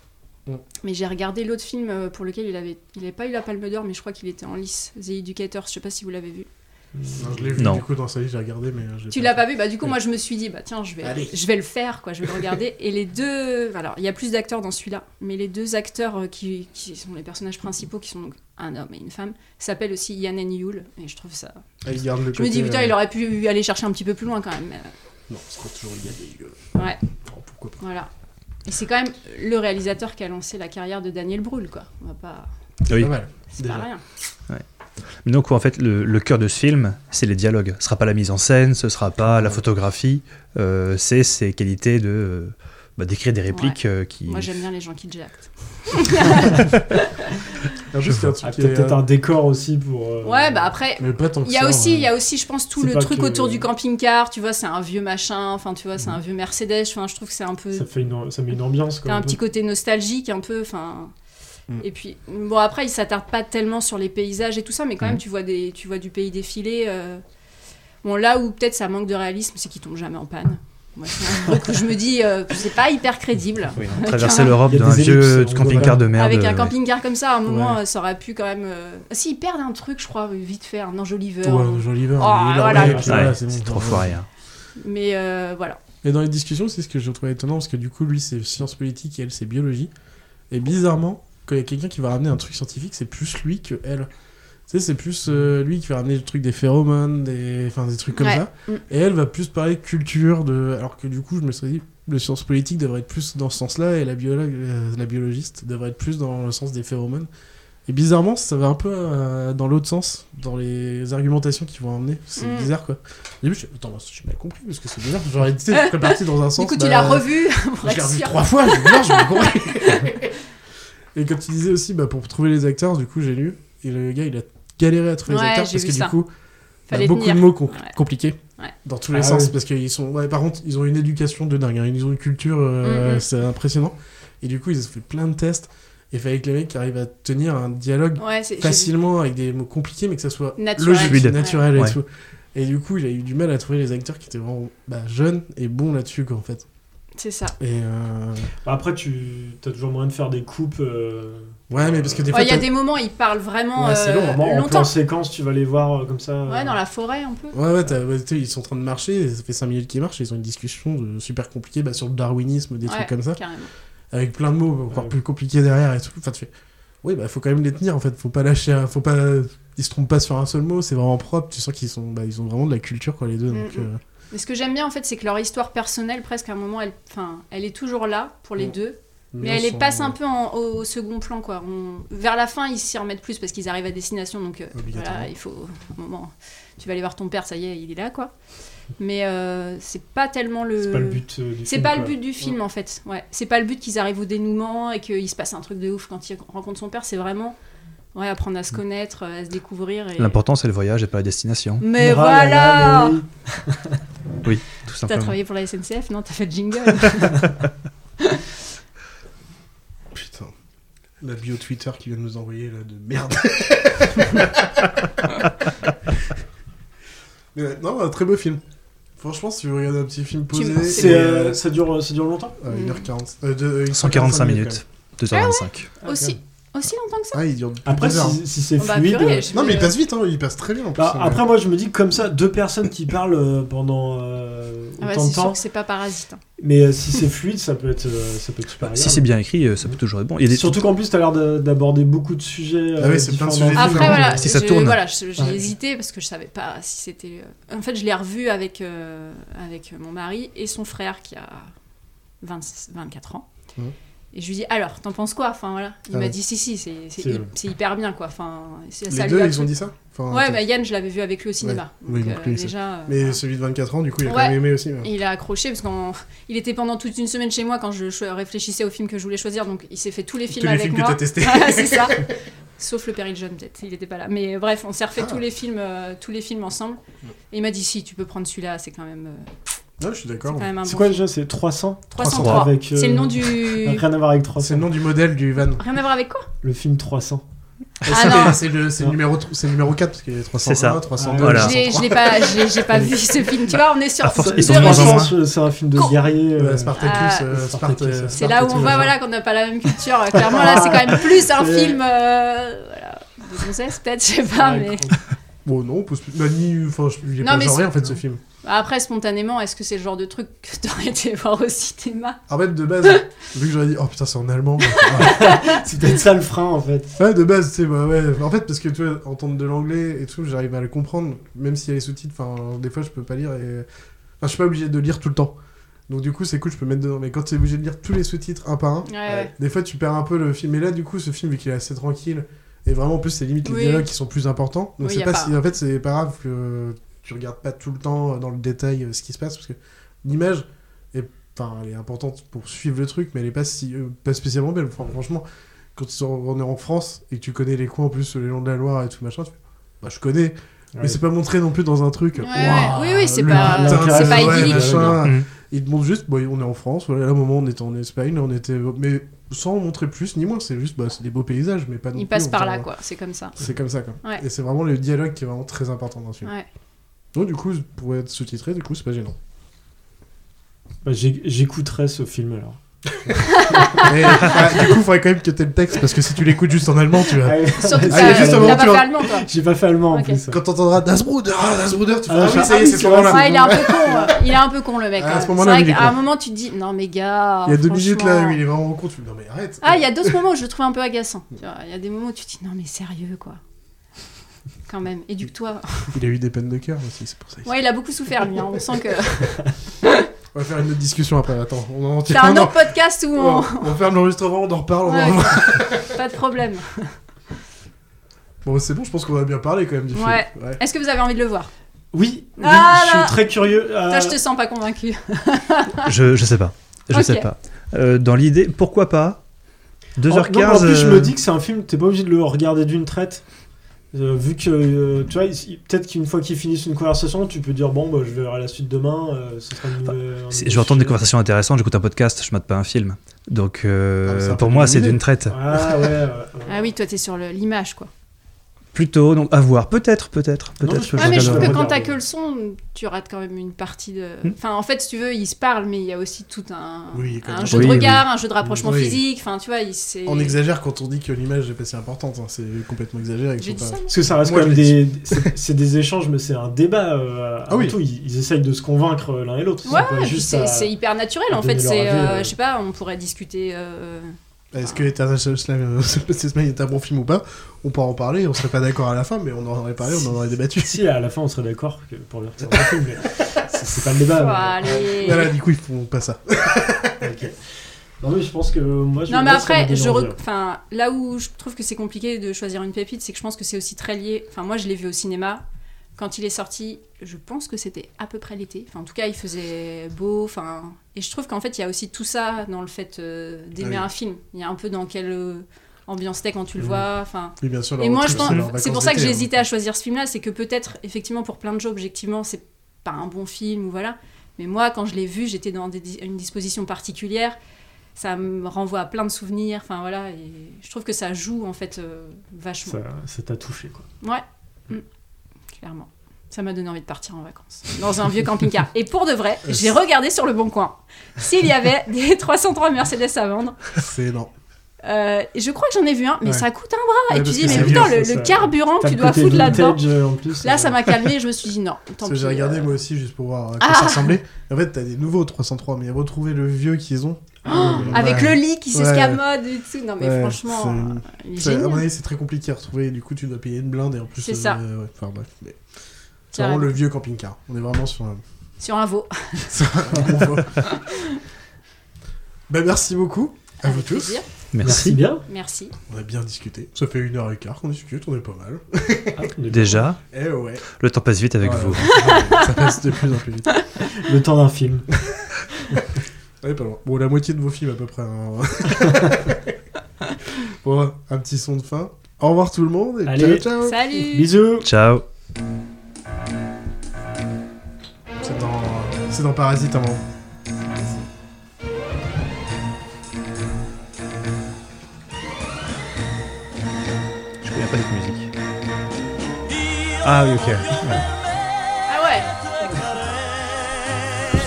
Non. Mais j'ai regardé l'autre film euh, pour lequel il avait, il avait pas eu la Palme d'Or, mais je crois qu'il était en lice. The Educator. Je sais pas si vous l'avez vu. Non, je l'ai vu Non. du coup dans sa vie, j'ai regardé, mais. euh, je l'ai Tu l'as pas fait. vu Bah du coup, moi, je me suis dit, bah tiens, je vais, Allez. je vais le faire, quoi. Je vais le regarder. et les deux, alors, il y a plus d'acteurs dans celui-là, mais les deux acteurs euh, qui, qui sont les personnages principaux, qui sont donc un homme et une femme, s'appellent aussi Yann and Yul, et je trouve ça. Ah, il garde le je me dis, côté, putain, euh, il aurait pu aller chercher un petit peu plus loin quand même. euh, Non, parce qu'on toujours il y a des euh, gueules. Ouais. Voilà. Et c'est quand même le réalisateur qui a lancé la carrière de Daniel Brühl, quoi. On va pas. Oui. C'est pas rien. Ouais. Mais donc, en fait, le, le cœur de ce film, c'est les dialogues. Ce sera pas la mise en scène, ce sera pas la photographie, euh, c'est ses qualités de euh, bah, d'écrire des répliques euh, qui. Moi, j'aime bien les gens qui jactent. Ah, Je vois. peut-être peut-être euh, un décor aussi pour. euh, Ouais, bah après, Mais pas tant que il y a ça, aussi, hein. ouais. il y a aussi, je pense, tout C'est le pas truc que- autour du camping-car. Tu vois, c'est un vieux machin. Enfin, tu vois, c'est un vieux Mercedes. Enfin, je trouve que c'est un peu. Ça, fait une, ça met une ambiance. Quoi, T'as un peu. petit côté nostalgique un peu, enfin. Mm. Et puis, bon, après, il s'attarde pas tellement sur les paysages et tout ça, mais quand Mm. même, tu vois, des, tu vois du pays défiler. euh. Bon, là où peut-être ça manque de réalisme, c'est qu'il tombe jamais en panne. Moi, c'est un truc où je me dis, euh, c'est pas hyper crédible. Oui, Avec Traverser un- l'Europe Il y a d'un des vieux ellipses, on camping-car de voit. merde. Avec un ouais. camping-car comme ça, à un moment, Ouais. euh, ça aurait pu quand même. euh, Si, ils perdent un truc, je crois, vite fait, un enjeu liver. Ouais, un enjeu liver, Oh, un enjeu voilà. liver, puis voilà, Ouais, c'est bon, c'est trop voilà. foiré. hein. Mais euh, voilà. Et dans les discussions, c'est ce que je trouvais étonnant parce que du coup, lui, c'est sciences politiques et elle, c'est biologie. Et bizarrement, quand il y a quelqu'un qui va ramener un truc scientifique, c'est plus lui que elle. Tu sais, c'est plus euh, lui qui va ramener le truc des phéromones, des, enfin, des trucs comme Ouais. ça. Mm. Et elle va plus parler culture, de... alors que du coup, je me suis dit, le sciences politiques devrait être plus dans ce sens-là et la, biologue, euh, la biologiste devrait être plus dans le sens des phéromones. Et bizarrement, ça va un peu euh, dans l'autre sens, dans les argumentations qu'ils vont emmener. C'est Mm. bizarre quoi. Au début, je suis attends, j'ai mal compris parce que c'est bizarre. J'aurais dit, tu sais, je serais parti dans un sens. Du coup, tu bah, l'as revu. Je pour l'ai être revu sûr. trois fois, j'ai dit, non, je me compris. Et quand tu disais aussi, bah, pour trouver les acteurs, du coup, j'ai lu. Et le gars, il a galéré à trouver Ouais, les acteurs j'ai parce vu que ça. du coup, il y Fallait a beaucoup tenir. de mots com- Ouais. compliqués Ouais. dans tous Ah les sens oui. parce qu'ils sont. Ouais, par contre, ils ont une éducation de dingue. hein, Ils ont une culture, euh, Mhm. c'est impressionnant. Et du coup, ils ont fait plein de tests. Et il fallait que les mecs arrivent à tenir un dialogue Ouais, c'est- j'ai vu. facilement avec des mots compliqués, mais que ça soit Naturel. logique, Fluide. naturel et Ouais. tout. Et du coup, il a eu du mal à trouver les acteurs qui étaient vraiment bah, jeunes et bons là-dessus, quoi, en fait. C'est ça. Et euh, Bah, Après, tu as toujours moyen de faire des coupes. euh, Ouais, mais parce que des Ouais, Il fois, y a t'as- des moments, ils parlent vraiment Ouais, c'est euh, long. Vraiment, en plan longtemps. séquence, tu vas les voir euh, comme ça. euh, Ouais, dans la forêt un peu. Ouais, ouais, t'as- ouais, t'sais, ils sont en train de marcher, et ça fait 5 minutes qu'ils marchent, et ils ont une discussion de- super compliquée bah, sur le darwinisme, des Ouais, trucs comme ça. carrément. Avec plein de mots encore plus compliqués derrière et tout. Enfin, tu fais. Oui, bah, faut quand même les tenir, en fait. Faut pas lâcher. un- Faut pas. Ils se trompent pas sur un seul mot, c'est vraiment propre. Tu sens qu'ils sont... bah, ils ont vraiment de la culture, quoi, les deux. Donc, Mm, mm. euh, Mais ce que j'aime bien en fait, c'est que leur histoire personnelle, presque à un moment, elle, enfin, elle est toujours là pour les Mm. deux. Mais Bien elle les sans- passe un peu en- au, au second plan quoi. On- Vers la fin, ils s'y remettent plus parce qu'ils arrivent à destination, donc euh, Obligatoirement. voilà, il faut un moment. Tu vas aller voir ton père, ça y est, il est là quoi. Mais euh, c'est pas tellement le. C'est pas le but, euh, du C'est film, pas le quoi. but du film en fait. Ouais. C'est pas le but qu'ils arrivent au dénouement et qu'il se passe un truc de ouf quand ils rencontrent son père. C'est vraiment ouais apprendre à Mm. se connaître, euh, à se découvrir. Et... L'important, c'est le voyage et pas la destination. Mais Ah là là, voilà. mais oui. Oui, tout T'as simplement. travaillé pour la SNCF, non T'as fait jingle. Putain. La bio Twitter qui vient de nous envoyer, là, de merde. Mais ouais, non, un très beau film. Franchement, si vous regardez un petit film posé. C'est, et, euh, euh, ça, dure, ça dure longtemps euh, 1h40. euh, de- 145 quand minutes, même. 2h25. aussi, aussi longtemps que ça Ah, il dure. plus de Après, deux heures. si, si c'est Oh bah, fluide. purée, je- Non, mais il passe vite, hein, il passe très bien en plus. Bah, hein. après, moi, je me dis comme ça, deux personnes qui parlent euh, pendant euh, Ah ouais, autant c'est de sûr temps. que c'est pas parasite. hein. Mais euh, si c'est fluide, ça peut être, euh, ça peut être super. Si agréable. c'est bien écrit, euh, ça peut toujours être bon. Il y a des- Surtout qu'en plus, t'as l'air de- d'aborder beaucoup de sujets. euh, Ah oui, c'est plein de sujets différents. Après, voilà, Si ça je- tourne. voilà, je- j'ai Ouais. hésité parce que je savais pas si c'était. euh, En fait, je l'ai revu avec, euh, avec mon mari et son frère qui a 26 24 ans. Mhm. Et je lui dis alors, t'en penses quoi Enfin voilà, il Ah m'a ouais. dit si si, c'est c'est C'est- hy- c'est hyper bien quoi. Enfin, c'est- Les ça lui deux, a ils plu. ont dit ça Enfin, Ouais, t'as- bah Yann, je l'avais vu avec lui au cinéma. Ouais. Oui, Donc, donc euh, lui, c'est- déjà. euh, Mais celui de 24 ans, du coup, il a Ouais. quand même aimé aussi. mais- Et il a accroché parce qu'il était pendant toute une semaine chez moi quand je cho- réfléchissais aux films que je voulais choisir, donc il s'est fait tous les films les avec films que moi. t'as testés. Voilà, c'est ça. Sauf le Péril Jeune peut-être, il n'était pas là. Mais euh, bref, on s'est refait Ah. tous les films, euh, tous les films ensemble. Et il m'a dit si tu peux prendre celui-là, c'est quand même. euh, Non, je suis d'accord. C'est quand même un C'est bon quoi film. déjà C'est 300 303. Avec, euh, C'est le nom du. Rien à voir avec 300. C'est le nom du modèle du van. Rien à voir avec quoi Le film 300. Ah non. C'est le, c'est le numéro, tr- c'est le numéro 4 parce qu'il y a 301, C'est ça. 302. Voilà. Je l'ai- je l'ai pas, je l'ai- j'ai pas vu ce film. Tu vois, on est sur. À force, deux ils sont de moins en registres. moins. Spartacus, euh, C'est un film de guerrier. euh, Euh, Spartacus, Ah. euh, Sparte- Spartacus. euh, C'est là où on Spartacus, voit genre. voilà, qu'on n'a pas la même culture. Clairement, là, c'est quand même plus un C'est- film. euh, voilà, de gonzesse, peut-être, je sais pas, Ouais, Ah, mais. Bon, non, on pose plus. Bah, ni. Enfin, je- il est Non, pas mais genré c'est- en fait ce film. Après, spontanément, est-ce que c'est le genre de truc que t'aurais été voir au cinéma En fait, de base, vu que j'aurais dit, oh putain, c'est en allemand. C'est peut-être ça le frein en fait. Ouais, de base, tu sais, bah ouais. En fait, parce que tu vois, entendre de l'anglais et tout, j'arrive à le comprendre, même s'il y a les sous-titres, enfin, des fois, je peux pas lire et. Enfin, je suis pas obligé de lire tout le temps. Donc, du coup, c'est cool, je peux mettre dedans. Mais quand tu es obligé de lire tous les sous-titres un par un, Ah Ouais, ouais. des fois, tu perds un peu le film. Et là, du coup, ce film, vu qu'il est assez tranquille, Et vraiment, en plus, c'est limite les Oui. dialogues qui sont plus importants. Donc, Oui, y c'est a pas, pas- si. En fait, c'est pas grave que tu regardes pas tout le temps euh, dans le détail euh, ce qui se passe, parce que l'image est. Enfin, elle est importante pour suivre le truc, mais elle est pas, si, euh, pas spécialement belle. Enfin, franchement, quand tu sors- on est en France et que tu connais les coins en plus, les longs de la Loire et tout machin, tu fais, Bah, je connais. Mais Ouais. c'est pas montré non plus dans un truc. Ouais, Ouah, ouais, oui, oui, c'est le pas- putain, c'est Ah, ouais, pas idyllique. machin. Mhm. Ils te montrent juste, bon, on est en France, voilà, à un moment on était en Espagne, là, on était. Mais sans montrer plus ni moins, c'est juste, bah, c'est des beaux paysages, mais pas non Il plus, passe on par dirait, là, ouais. quoi. C'est comme ça. C'est comme ça, quoi. Ouais. Et c'est vraiment le dialogue qui est vraiment très important dans ce film. Ouais. Donc, du coup, pour être sous-titré, du coup, c'est pas gênant. Bah, j'ai- J'écouterai ce film alors. Mais ah, du coup, faudrait quand même que t'aies le texte, parce que si tu l'écoutes juste en allemand, tu vas. Ah, oui. Ah, il y a juste un moment, tu vas- J'ai pas fait allemand en plus. Quand t'entendras Das Bruder, ah, Das Bruder, tu feras, Ah, ah, je- oui, ça y ah est, oui, c'est c'est ce moment-là. Ouais, il est un peu con. euh, il est un peu con, le mec. Ah, à ce quand même. moment-là, c'est il est vrai con. qu'à un moment, tu te dis, non, mais gars. Il y a deux franchement. minutes là où il est vraiment con, tu me dis, non mais arrête. Ah, il y a d'autres moments où je le trouve un peu agaçant. tu vois. Il y a des moments où tu te dis, non, mais sérieux, quoi. Quand même, éduque-toi. Il a eu des peines de cœur aussi, c'est pour ça. Ouais, il a beaucoup souffert, lui. hein. On sent que. On va faire une autre discussion après, attends. On en C'est un autre podcast où on. On, on ferme l'enregistrement, on en reparle. on en Ouais. reparle. oh. Pas de problème. Bon, c'est bon, je pense qu'on a bien parlé quand même du Ouais. film. Ouais. Est-ce que vous avez envie de le voir Oui, oui, Ah, je là. suis très curieux. euh, Toi, je te sens pas convaincu. Je, je sais pas. Je Ok. sais pas. Euh, dans l'idée, pourquoi pas en- non, 2h15. mais en plus, je euh, me dis que c'est un film, t'es pas obligé de le regarder d'une traite. Euh, vu que, euh, tu vois, il- il- peut-être qu'une fois qu'ils finissent une conversation, tu peux dire bon, bah, je verrai la suite demain. euh, ce sera une, euh, un si nouveau je vais entendre des sujet. conversations intéressantes, j'écoute un podcast, je mate pas un film. Donc euh, Ah, mais c'est un pour peu moi, comme c'est l'idée. d'une traite. Ah ouais, ouais, ouais. Ah oui, toi, t'es sur le- l'image, quoi. Plutôt, donc à voir. Peut-être, peut-être, Non, peut-être. je- que Ouais, Ah, mais je trouve regarderai. que quand t'as que le son, tu rates quand même une partie de. Enfin, en fait, si tu veux, ils se parlent, mais il y a aussi tout un, Oui, quand un même. jeu Oui, de oui. regard, un jeu de rapprochement Oui. physique. Enfin, tu vois, il- c'est. On exagère quand on dit que l'image est pas si importante, hein, c'est complètement exagéré. ils J'ai sont dit pas- ça, Parce que ça reste Moi, quand même je l'ai des. c'est- C'est des échanges, mais c'est un débat. euh, Ah avant oui. tout, ils, ils essayent de se convaincre euh, l'un et l'autre. Ils sont Ouais, pas et puis juste c'est à- c'est hyper naturel, à en fait. donner leur C'est. avis, euh, euh. Je sais pas, on pourrait discuter. euh, Est-ce que Eternal Sunshine of the Spotless Mind est un bon film ou pas On pourra en parler, on serait pas d'accord à la fin, mais on en aurait parlé, on en aurait débattu. Si, à la fin, on serait d'accord que- pour le retirer du film, mais c'est c'est pas le débat. mais- allez. Voilà, du coup, ils font pas ça. Ok. Non, mais je pense que moi, je Non, mais moi, ça m'a après, donné je envie. rec- enfin, là où je trouve que c'est compliqué de choisir une pépite, c'est que je pense que c'est aussi très lié. Enfin, moi, je l'ai vu au cinéma. Quand il est sorti, je pense que c'était à peu près l'été. Enfin, en tout cas, il faisait beau. Enfin, et je trouve qu'en fait, il y a aussi tout ça dans le fait euh, d'aimer Ah oui. un film. Il y a un peu dans quelle euh, ambiance t'es quand tu le Mmh. Mhm. vois. Enfin. Oui, bien sûr, leur et moi, road je trip, pense, c'est leurs c'est vacances pour ça que d'été, j'ai hein. hésité à choisir ce film-là, c'est que peut-être, effectivement, pour plein de gens, objectivement, c'est pas un bon film ou voilà. Mais moi, quand je l'ai vu, j'étais dans des dis- une disposition particulière. Ça me renvoie à plein de souvenirs. Enfin voilà, et je trouve que ça joue en fait euh, vachement. Ça ça t'a touché, quoi. Ouais, Mm. clairement. Ça m'a donné envie de partir en vacances dans un vieux camping-car. Et pour de vrai, Euh, j'ai regardé sur le bon coin s'il y avait des 303 Mercedes à vendre. C'est énorme. Euh, et je crois que j'en ai vu un, mais Ouais. ça coûte un bras. Ouais, et tu parce dis, que mais c'est putain, vieux, le, ça, le ça- carburant que T'as tu le dois côté foutre là-dedans. vintage, en plus, Là, euh, ça m'a calmé et je me suis dit, non, tant Parce que pis. j'ai regardé euh, moi aussi juste pour voir à quoi Ah ça ressemblait. En fait, t'as des nouveaux 303, mais retrouver le vieux qu'ils ont. Oh, Ouais. Avec le lit qui bah, Ouais. s'escamode et tout. Non, mais Ouais, franchement, euh, c'est- il est c'est- à génial. mon avis, c'est très compliqué à retrouver. Du coup, tu dois payer une blinde et en plus, euh, C'est ça. ouais, enfin, bref, mais- c'est vraiment Carrément. le vieux camping-car. On est vraiment sur un, Sur un veau. sur un bon veau. bah, merci beaucoup à vous tous. plaisir. Merci. Merci bien. Merci. On a bien discuté. Ça fait une heure et quart qu'on discute, on est pas mal. Ah, Déjà. Eh ouais. Le temps passe vite avec Voilà. vous. Ça passe de plus en plus vite. Le temps d'un film. Ouais, pas loin. Bon, la moitié de vos films à peu près. hein. bon, un petit son de fin. Au revoir tout le monde et Allez. ciao ciao. Salut. Bisous. Ciao. C'est dans, c'est dans Parasite un moment. Je connais pas cette musique. Ah oui, ok. Ah ouais.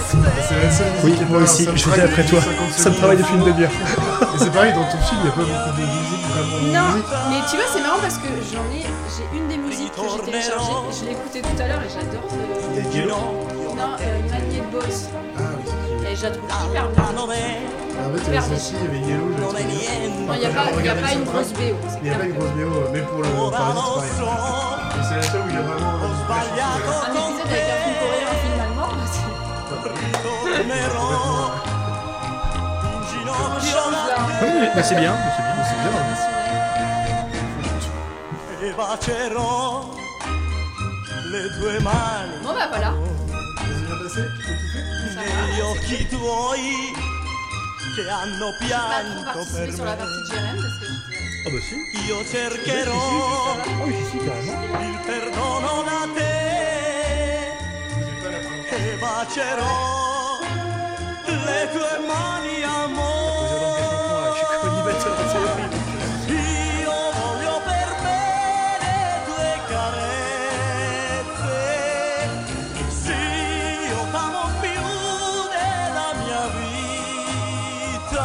C'est la seule Oui, musique qui est moi pas- aussi, ça me j'étais traque après depuis toi. 50 Ça me secondes. travaille depuis une demi-heure. Et c'est pareil, dans ton film, il n'y a pas beaucoup de musique vraiment. Non, mais tu vois, c'est marrant parce que j'en ai. J'ai une des musiques que j'ai téléchargée. Je l'ai écoutée tout à l'heure et j'adore ce. Il y a Yellow. Non, euh, Manier de Boss. Ah oui. Et je la trouve Ah, hyper bien. En fait, elle est sortie, il y avait Yellow. je l'ai trouvé. Non, il n'y a pas, il y a pas une grosse BO. c'est Il n'y a pas une grosse BO, mais pour le Parasite, c'est pareil. Et c'est la seule où il y a vraiment. euh, Un épisode avec un film coréen, un film allemand. c'est bien, Ah, bah, c'est bien. le bacerò le tue mani Bon bah voilà. negli occhi tuoi che hanno Pas trop pianto participer per sur la me. partie de Jérém parce que Ah bah si. Io cercherò il perdono da te e bacerò le tue mani amore. Io voglio per me le tue carezze. Sì, io t'amo più della mia vita.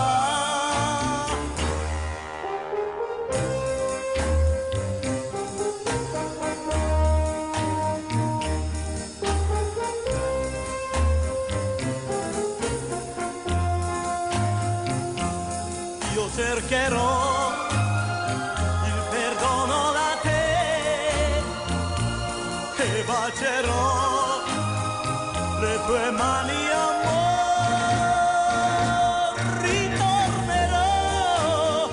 io cercherò il perdono da te e bacerò le tue mani amore ritornerò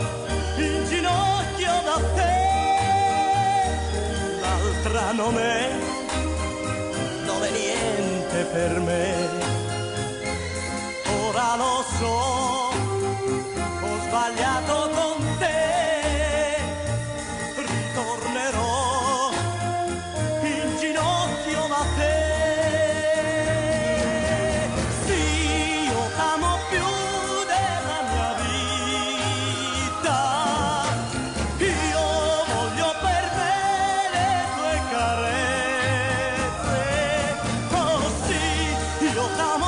in ginocchio da te l'altra non è non è niente per me ora lo so ho sbagliato con te, ritornerò in ginocchio da te. Sì, io t'amo più della mia vita, io voglio per me le tue carezze, oh sì, io t'amo